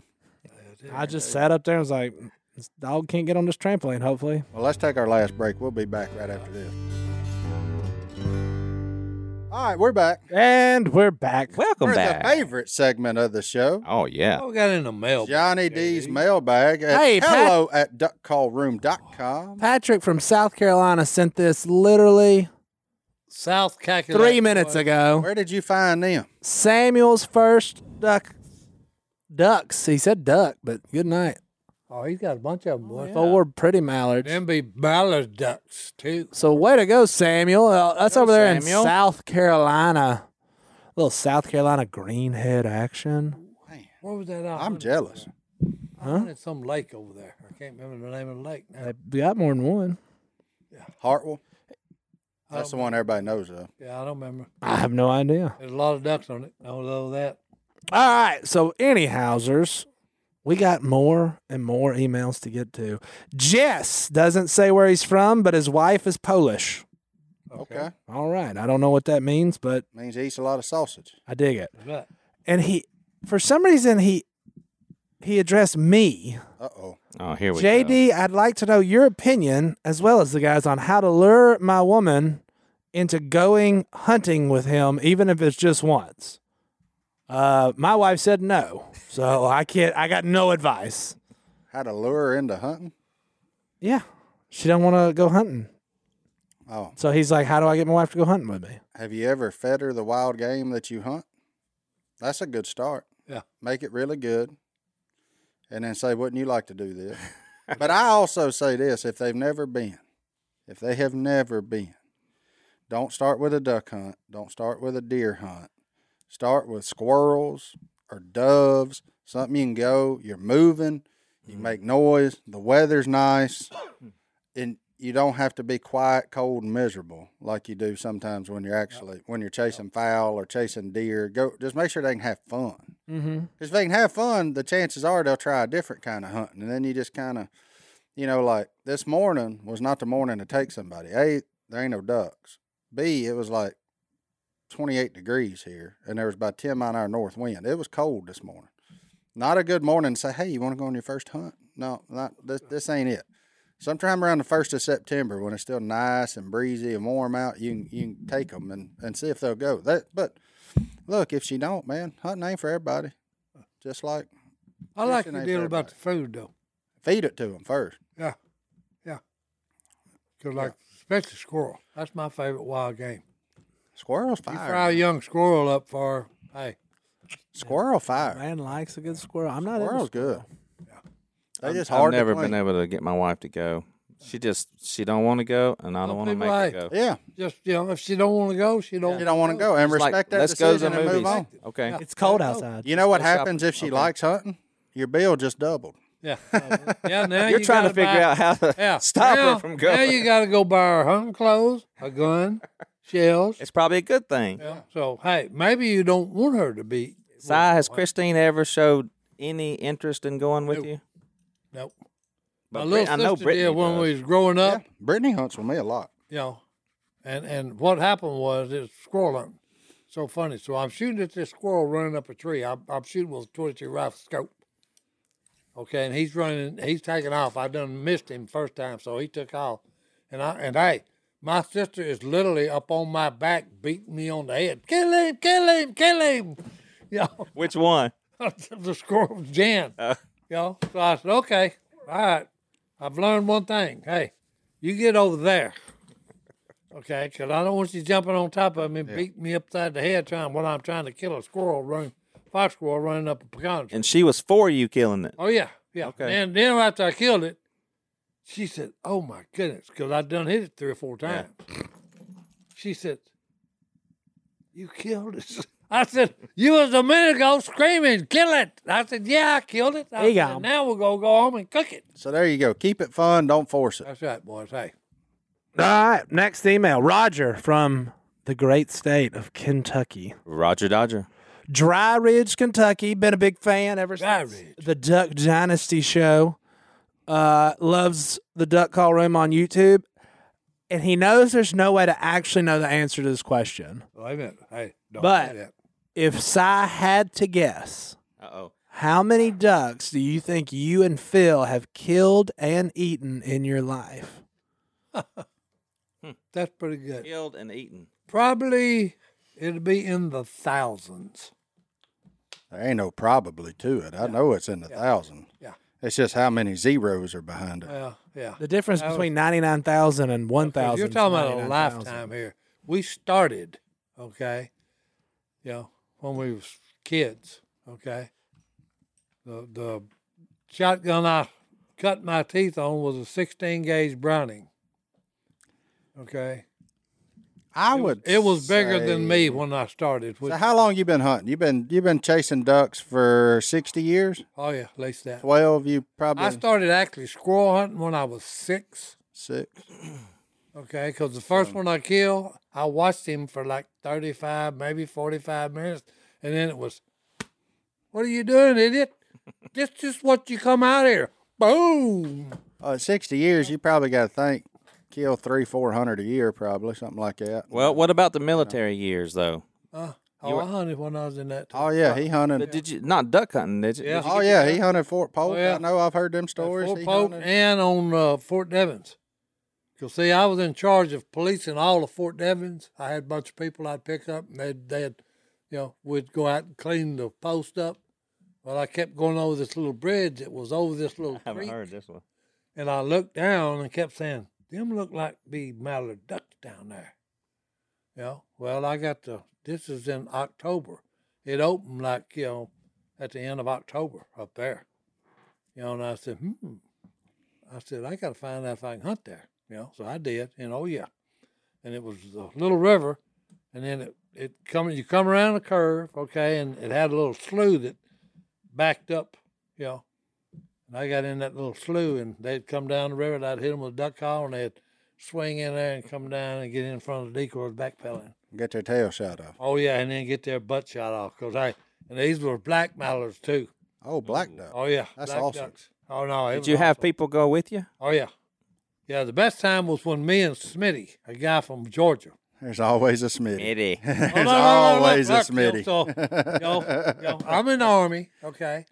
Speaker 2: I just sat up there and was like, this dog can't get on this trampoline, hopefully.
Speaker 1: Well, let's take our last break. We'll be back right after this. All right, we're back.
Speaker 2: And we're back.
Speaker 3: Welcome
Speaker 1: We're at
Speaker 3: back.
Speaker 1: the favorite segment of the show.
Speaker 3: Oh yeah.
Speaker 4: What we got in the mail?
Speaker 1: Johnny D's mailbag at
Speaker 2: Oh, Hey, Pat-
Speaker 1: hello at duckcallroom.com.
Speaker 2: Patrick from South Carolina sent this literally
Speaker 4: South calculator.
Speaker 2: three minutes ago.
Speaker 1: Where did you find them?
Speaker 2: Samuel's first duck. Ducks. He said duck, but good night.
Speaker 4: Oh, he's got a bunch of them. Boy.
Speaker 2: Four pretty mallards.
Speaker 4: Them be ballard ducks too.
Speaker 2: So way to go, Samuel. Uh, that's
Speaker 3: Go,
Speaker 2: over there
Speaker 3: Samuel.
Speaker 2: in South Carolina. little South Carolina greenhead action.
Speaker 4: Where was that? out?
Speaker 1: I'm jealous.
Speaker 4: Huh? It's some lake over there. I can't remember the name of the lake. Now.
Speaker 2: They got more than one.
Speaker 1: Hartwell. That's the one everybody knows of.
Speaker 4: Yeah, I don't remember.
Speaker 2: I have no idea.
Speaker 4: There's a lot of ducks on it. I don't know that.
Speaker 2: All right. So, anyhowsers, we got more and more emails to get to. Jess doesn't say where he's from, but his wife is Polish.
Speaker 1: Okay.
Speaker 2: All right. I don't know what that means, but
Speaker 1: Means he eats a lot of sausage.
Speaker 2: I dig it.
Speaker 4: But
Speaker 2: And he, for some reason, he he addressed me
Speaker 1: Uh oh.
Speaker 3: Oh here we go.
Speaker 2: JD, I'd like to know your opinion as well as the guys on how to lure my woman into going hunting with him, even if it's just once. Uh, my wife said no, so I can't. I got no advice.
Speaker 1: How to lure her into hunting?
Speaker 2: Yeah, she don't want to go hunting.
Speaker 1: Oh.
Speaker 2: So he's like, "How do I get my wife to go hunting with me?"
Speaker 1: Have you ever fed her the wild game that you hunt? That's a good start.
Speaker 4: Yeah.
Speaker 1: Make it really good. And then say, wouldn't you like to do this? but I also say this if they've never been, if they have never been, don't start with a duck hunt. Don't start with a deer hunt. Start with squirrels or doves, something you can go. You're moving, you make noise, the weather's nice, and you don't have to be quiet, cold, and miserable like you do sometimes when you're actually when you're chasing fowl or chasing deer. Go just make sure they can have fun.
Speaker 2: Mm-hmm.
Speaker 1: 'Cause if they can have fun, the chances are they'll try a different kind of hunting. And then you just kind of, you know, like this morning was not the morning to take somebody. A, there ain't no ducks. B, it was like 28 degrees here and there was about 10 mile an hour north wind. It was cold this morning. Not a good morning to say, hey, you want to go on your first hunt? No, not this, this ain't it. Sometime around the 1st of September when it's still nice and breezy and warm out, you can, you can take them and, and see if they'll go. That, but look, if she don't, man, hunting ain't for everybody. Just like
Speaker 4: I like
Speaker 1: Fishing
Speaker 4: the
Speaker 1: ain't
Speaker 4: deal
Speaker 1: for
Speaker 4: about the food though.
Speaker 1: feed it to them first.
Speaker 4: Yeah, yeah. Cause like especially squirrel. That's my favorite wild game.
Speaker 1: Squirrel's
Speaker 4: You
Speaker 1: fire.
Speaker 4: fry a young squirrel up for hey.
Speaker 1: Squirrel fire.
Speaker 2: Man likes a good squirrel. I'm not. into
Speaker 1: Squirrel's good. They just
Speaker 3: I've
Speaker 1: hard
Speaker 3: never
Speaker 1: to clean.
Speaker 3: been able to get my wife to go. She just she don't want to go, and I don't
Speaker 4: Some
Speaker 3: want to
Speaker 4: people
Speaker 3: make her
Speaker 4: hate.
Speaker 3: go.
Speaker 1: Yeah,
Speaker 4: Just you know, if she don't want to go, she don't.
Speaker 1: you don't want to go and
Speaker 3: It's like,
Speaker 1: respect that
Speaker 3: let's go to the
Speaker 1: decision
Speaker 3: movies.
Speaker 1: and move on.
Speaker 3: Okay.
Speaker 2: It's cold outside.
Speaker 1: You know what
Speaker 3: go shopping.
Speaker 1: happens if she
Speaker 3: Okay.
Speaker 1: likes hunting? Your bill just doubled.
Speaker 4: Yeah,
Speaker 3: [LAUGHS]
Speaker 4: yeah. Now
Speaker 3: You're
Speaker 4: you
Speaker 3: trying
Speaker 4: gotta
Speaker 3: to figure
Speaker 4: buy-
Speaker 3: out how to
Speaker 4: Yeah,
Speaker 3: [LAUGHS] stop
Speaker 4: now-
Speaker 3: her from
Speaker 4: Now
Speaker 3: going.
Speaker 4: you got to go buy her hunting clothes, a
Speaker 3: [LAUGHS]
Speaker 4: gun, shells.
Speaker 3: it's probably a good thing.
Speaker 4: Yeah. So hey, maybe you don't want her to be.
Speaker 3: Si, has Christine ever showed any interest in going with
Speaker 4: Nope.
Speaker 3: you?
Speaker 4: Nope.
Speaker 3: But
Speaker 4: My
Speaker 3: Brit-
Speaker 4: little
Speaker 3: I know
Speaker 4: sister
Speaker 3: Brittany
Speaker 4: did when
Speaker 3: does.
Speaker 4: we was growing up.
Speaker 1: Brittany hunts with me a lot.
Speaker 4: you know, and and what happened was it's squirrel hunting. So funny. So I'm shooting at this squirrel running up a tree. I'm, I'm shooting with a 22 rifle scope. Okay, and he's running. He's taking off. I done missed him first time, so he took off. And I and hey, my sister is literally up on my back, beating me on the head. Kill him! Kill him! Kill him! [LAUGHS] You know,
Speaker 3: Which one?
Speaker 4: [LAUGHS] the squirrel was Jan. You know, so I said, okay, all right. I've learned one thing. Hey, you get over there. Okay, because I don't want you jumping on top of me and beating me upside the head trying when I'm trying to kill a squirrel running, fox squirrel running up a pecan tree.
Speaker 3: And she was for you killing it.
Speaker 4: Oh, yeah, yeah.
Speaker 3: Okay.
Speaker 4: And then after I killed it, she said, oh my goodness, because I done hit it three or four times. She said, you killed it. [LAUGHS] I said, you was a minute ago screaming, kill it. I said, yeah, I killed it. I
Speaker 2: There you
Speaker 4: said,
Speaker 2: go.
Speaker 4: "And Now we're going to go home and cook it.
Speaker 1: So there you go. Keep it fun. Don't force it.
Speaker 4: That's right, boys. [LAUGHS] Hey,
Speaker 2: All right. Next email, Roger from the great state of Kentucky.
Speaker 3: Roger Dodger.
Speaker 2: Dry Ridge, Kentucky. Been a big fan ever
Speaker 4: Dry
Speaker 2: since
Speaker 4: Ridge.
Speaker 2: the Duck Dynasty show. Uh, loves the Duck Call Room on YouTube. And he knows there's no way to actually know the answer to this question.
Speaker 4: Wait a minute. Hey, don't
Speaker 2: But-
Speaker 4: say that.
Speaker 2: If Cy had to guess,
Speaker 3: Uh oh.
Speaker 2: how many ducks do you think you and Phil have killed and eaten in your life?
Speaker 4: That's pretty good.
Speaker 3: Killed and eaten.
Speaker 4: Probably it'll be in the thousands.
Speaker 1: There ain't no probably to it. I know it's in the thousand.
Speaker 4: Yeah. Uh,
Speaker 1: It's just how many zeros are behind it.
Speaker 4: Yeah, yeah.
Speaker 2: The difference between 99,000 and 1,000.
Speaker 4: Oh. You're
Speaker 2: is
Speaker 4: talking about a
Speaker 2: 99,000.
Speaker 4: lifetime here. We started, okay, you know, when we was kids, okay. The the shotgun I cut my teeth on was a 16 gauge Browning. Okay,
Speaker 1: I would.
Speaker 4: it was bigger than
Speaker 1: say-
Speaker 4: me when I started. Which,
Speaker 1: So how long you been hunting? You've been you been chasing ducks for sixty years.
Speaker 4: oh yeah, at least that.
Speaker 1: Twelve. You probably
Speaker 4: I started actually squirrel hunting when I was six.
Speaker 1: six.
Speaker 4: Okay, because the first one I killed, I watched him for like 35, maybe 45 minutes, and then it was, What are you doing, idiot? this is what you come out here. Boom.
Speaker 1: Uh, at sixty years. You probably got to think kill three four hundred a year, probably something like that.
Speaker 3: Well, what about the military years though?
Speaker 4: Oh, I hunted when I was in that.
Speaker 1: Oh yeah, he hunted.
Speaker 3: But did you not duck hunting? Did you?
Speaker 4: Yeah.
Speaker 3: Did you
Speaker 1: Oh yeah, he hunted Fort Polk.
Speaker 4: Oh, yeah.
Speaker 1: I know. I've heard them stories.
Speaker 4: Fort
Speaker 1: He
Speaker 4: Polk
Speaker 1: hunted-
Speaker 4: and on uh, Fort Devens. Because, see, I was in charge of policing all of Fort Devens. I had a bunch of people I'd pick up, and they'd, they'd you know, we'd go out and clean the post up. Well, I kept going over this little bridge. It was over this little
Speaker 3: I haven't
Speaker 4: creek.
Speaker 3: heard this one.
Speaker 4: And I looked down and kept saying, them look like be mallard ducks down there. You know, well, I got the, this is in October. It opened like, you know, at the end of October up there. You know, and I said, hmm. I said, I got to find out if I can hunt there. You know, so I did. And oh, yeah. And it was a little river. And then it, it come, you come around a curve, okay, and it had a little slough that backed up, you know, and I got in that little slough, and they'd come down the river, and I'd hit them with a duck call, and they'd swing in there and come down and get in front of the decoys backpedaling.
Speaker 1: Get their tail shot off.
Speaker 4: Oh, yeah, and then get their butt shot off. Because I, and these were black mallards, too.
Speaker 1: Oh, black duck.
Speaker 4: Oh, yeah.
Speaker 1: That's
Speaker 4: black
Speaker 1: awesome.
Speaker 4: ducks. Oh, no. it
Speaker 3: Did
Speaker 4: was
Speaker 3: you have
Speaker 4: awesome.
Speaker 3: people go with you?
Speaker 4: Oh, yeah. Yeah, the best time was when me and Smitty, a guy from Georgia.
Speaker 1: There's always a Smitty.
Speaker 3: Eddie.
Speaker 1: There's
Speaker 4: Oh, no, no, no, no,
Speaker 1: always
Speaker 4: look,
Speaker 1: a
Speaker 4: you know,
Speaker 1: Smitty.
Speaker 4: so, you know, you
Speaker 1: [LAUGHS]
Speaker 4: know, I'm in the army, okay,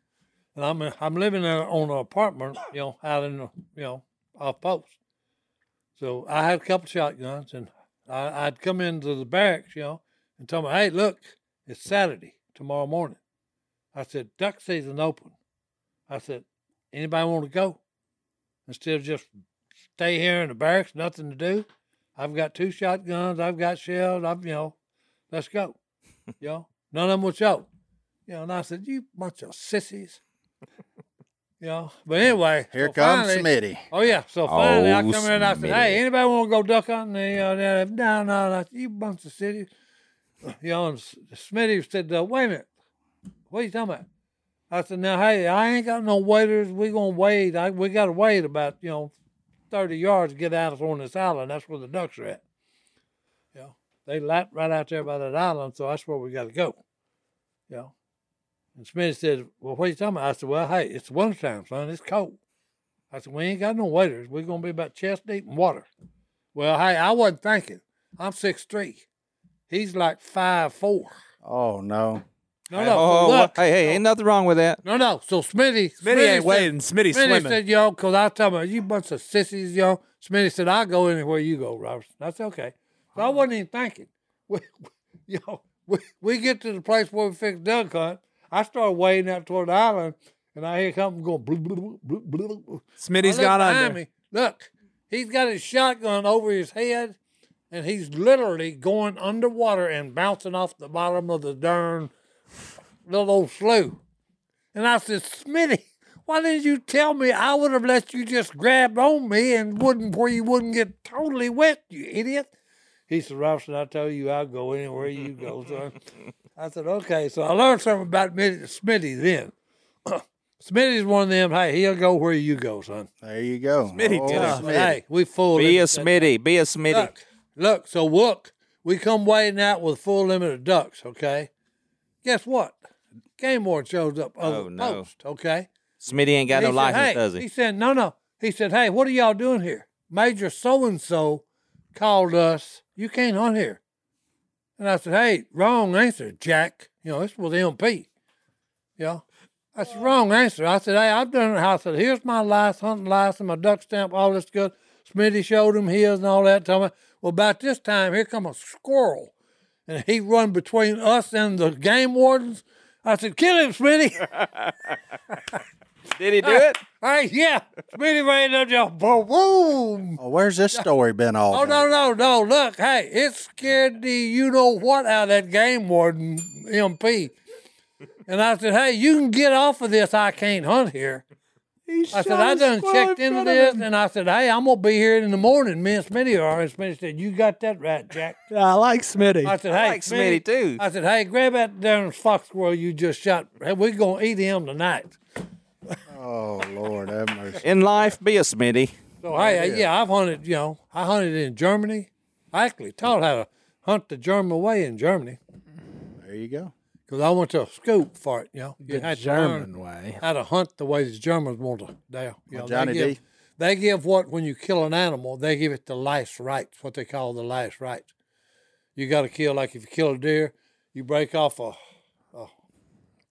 Speaker 4: and I'm I'm living in, on an apartment, you know, out in the, you know off post. So I had a couple shotguns, and I, I'd come into the barracks, you know, and tell me, hey, look, it's Saturday tomorrow morning. I said, duck season open. I said, anybody want to go? Instead of just stay here in the barracks, nothing to do. I've got two shotguns. I've got shells. I've you know,
Speaker 1: [LAUGHS]
Speaker 4: let's go. You know, none of them would show. You know, and I said, you bunch of
Speaker 1: [LAUGHS]
Speaker 4: sissies. You know, but anyway.
Speaker 1: Here
Speaker 4: so
Speaker 1: comes
Speaker 4: finally-
Speaker 1: Smitty.
Speaker 4: Oh yeah. So finally, I
Speaker 3: Oh,
Speaker 4: come in and I said, "Hey,
Speaker 3: Smitty.
Speaker 4: anybody want to go duck hunting?" And, you know, they're like, no, no, no, you bunch of city. [CLEARS THROAT] You know, and S- Smitty said, uh, "Wait a minute, what are you talking about?" I said, "Now, hey, I ain't got no waders. We gonna wade. I, we gotta wade about you know, thirty yards to get out of on this island. That's where the ducks are at. You know, they lap right out there by that island, so that's where we gotta go. You know." And Smitty said, "Well, what are you talking about?" I said, "Well, hey, it's wintertime, son. It's cold." I said, We ain't got no waders. We're gonna be about chest deep in water. Well, hey, I wasn't thinking. I'm six three. He's like five four.
Speaker 1: Oh no.
Speaker 4: No,
Speaker 3: Hey,
Speaker 4: no,
Speaker 3: oh,
Speaker 4: so
Speaker 3: oh,
Speaker 4: look.
Speaker 3: hey, hey, ain't nothing wrong with that.
Speaker 4: no, no. So Smitty,
Speaker 2: Smitty ain't
Speaker 4: said-
Speaker 2: waiting. Smitty
Speaker 4: Smitty
Speaker 2: swimming.
Speaker 4: said, "Yo, cause I tell him you bunch of sissies, yo." Smitty said, "I'll go anywhere you go, Robertson." I said, "Okay." So I wasn't even thinking. [LAUGHS] We, we, yo, we, we get to the place where we fix duck hunt. I started wading out toward the island, and I hear something going. Bloop, bloop, bloop, bloop, bloop.
Speaker 2: Smitty's
Speaker 4: I look
Speaker 2: gone
Speaker 4: behind
Speaker 2: under.
Speaker 4: me. Look, he's got his shotgun over his head, and he's literally going underwater and bouncing off the bottom of the darn little old slough. And I said, Smitty, why didn't you tell me? I would have let you just grab on me and wouldn't where you wouldn't get totally wet, you idiot. He said, Robinson, I tell you, I'll go anywhere you go, son. I said, okay. So I learned something about Mitty- Smitty then. [CLEARS THROAT] Smitty's one of them, hey, he'll go where you go, son.
Speaker 1: There you go.
Speaker 2: Smitty
Speaker 1: oh,
Speaker 2: did it.
Speaker 1: Smitty.
Speaker 4: Hey, we fooled
Speaker 3: Be a
Speaker 4: him.
Speaker 3: Smitty. Be a Smitty.
Speaker 4: Look, look, so look, we come wading out with full limit of ducks, okay? Guess what? Game warden shows up. Over
Speaker 3: Oh,
Speaker 4: the
Speaker 3: no.
Speaker 4: Post, okay.
Speaker 3: Smitty ain't
Speaker 4: And
Speaker 3: got no
Speaker 4: he
Speaker 3: license,
Speaker 4: said, hey,
Speaker 3: does he?
Speaker 4: He said, no, no. He said, hey, what are y'all doing here? Major so and so called us. You can't hunt here. And I said, hey, wrong answer, Jack. You know, this was MP. You know, that's the wrong answer. I said, hey, I've done it. I said, here's my license, hunting license, my duck stamp, all this good. Smitty showed him his and all that. Told me, well, about this time, here come a squirrel. And he run between us and the game wardens. I said, kill him, Smitty.
Speaker 3: Did he do it?
Speaker 4: All right, yeah. Smitty ran up there, boom.
Speaker 1: Oh, where's this story been all?
Speaker 4: Oh,
Speaker 1: day?
Speaker 4: no, no, no. Look, hey, it scared the you know what out of that game warden MP. And I said, hey, you can get off of this. I can't hunt here.
Speaker 2: He
Speaker 4: I
Speaker 2: shot
Speaker 4: said, I
Speaker 2: a
Speaker 4: done
Speaker 2: squirrel
Speaker 4: checked
Speaker 2: in
Speaker 4: into
Speaker 2: front of
Speaker 4: this.
Speaker 2: him.
Speaker 4: And I said, hey, I'm going to be here in the morning. Me and Smitty are. And Smitty said, you got that right, Jack.
Speaker 2: I like Smitty.
Speaker 4: I said,
Speaker 3: I
Speaker 4: hey,
Speaker 3: like Smitty, too.
Speaker 4: I said, hey, grab that damn fox squirrel you just shot. Hey, we're going to eat him tonight.
Speaker 1: Oh Lord, have mercy.
Speaker 3: In life, be a Smitty.
Speaker 4: So hey, yeah. I've hunted. You know, I hunted in Germany. I actually taught how to hunt the German way in Germany
Speaker 1: There you go.
Speaker 4: because I went to a school for it. You know, you
Speaker 2: the
Speaker 4: had to learn
Speaker 2: German way.
Speaker 4: how to hunt the way the Germans want to. They, you know,
Speaker 1: Johnny
Speaker 4: they give,
Speaker 1: D.
Speaker 4: They give what when you kill an animal, they give it the last rites, what they call the last rites. You got to kill like if you kill a deer, you break off a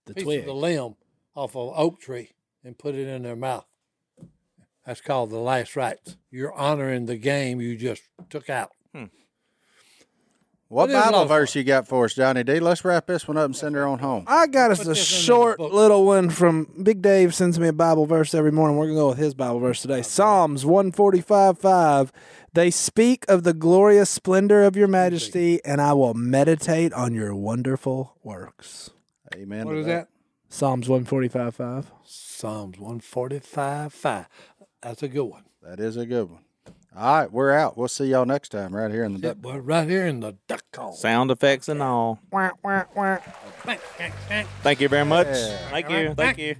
Speaker 2: The
Speaker 4: piece of
Speaker 2: twig.
Speaker 4: the limb off of an oak tree and put it in their mouth. That's called the last rites. You're honoring the game you just took out.
Speaker 1: What
Speaker 4: It is a lot
Speaker 1: Bible
Speaker 4: of fun.
Speaker 1: verse you got for us, Johnny D? Let's wrap this one up and send her on home.
Speaker 2: I got us a
Speaker 4: this in the
Speaker 2: short
Speaker 4: book.
Speaker 2: little one from Big Dave sends me a Bible verse every morning. We're gonna go with his Bible verse today. Psalms one forty five five. They speak of the glorious splendor of your majesty, and I will meditate on your wonderful works.
Speaker 1: Amen.
Speaker 4: What
Speaker 1: to
Speaker 4: is that?
Speaker 2: Psalms one forty five five.
Speaker 4: Psalms 145 5. That's a good one.
Speaker 1: That is a good one. All right, we're out. We'll see y'all next time right here in the
Speaker 4: That boy right here in the duck call.
Speaker 3: Sound effects and all. Thank you very much. Thank you. Thank you.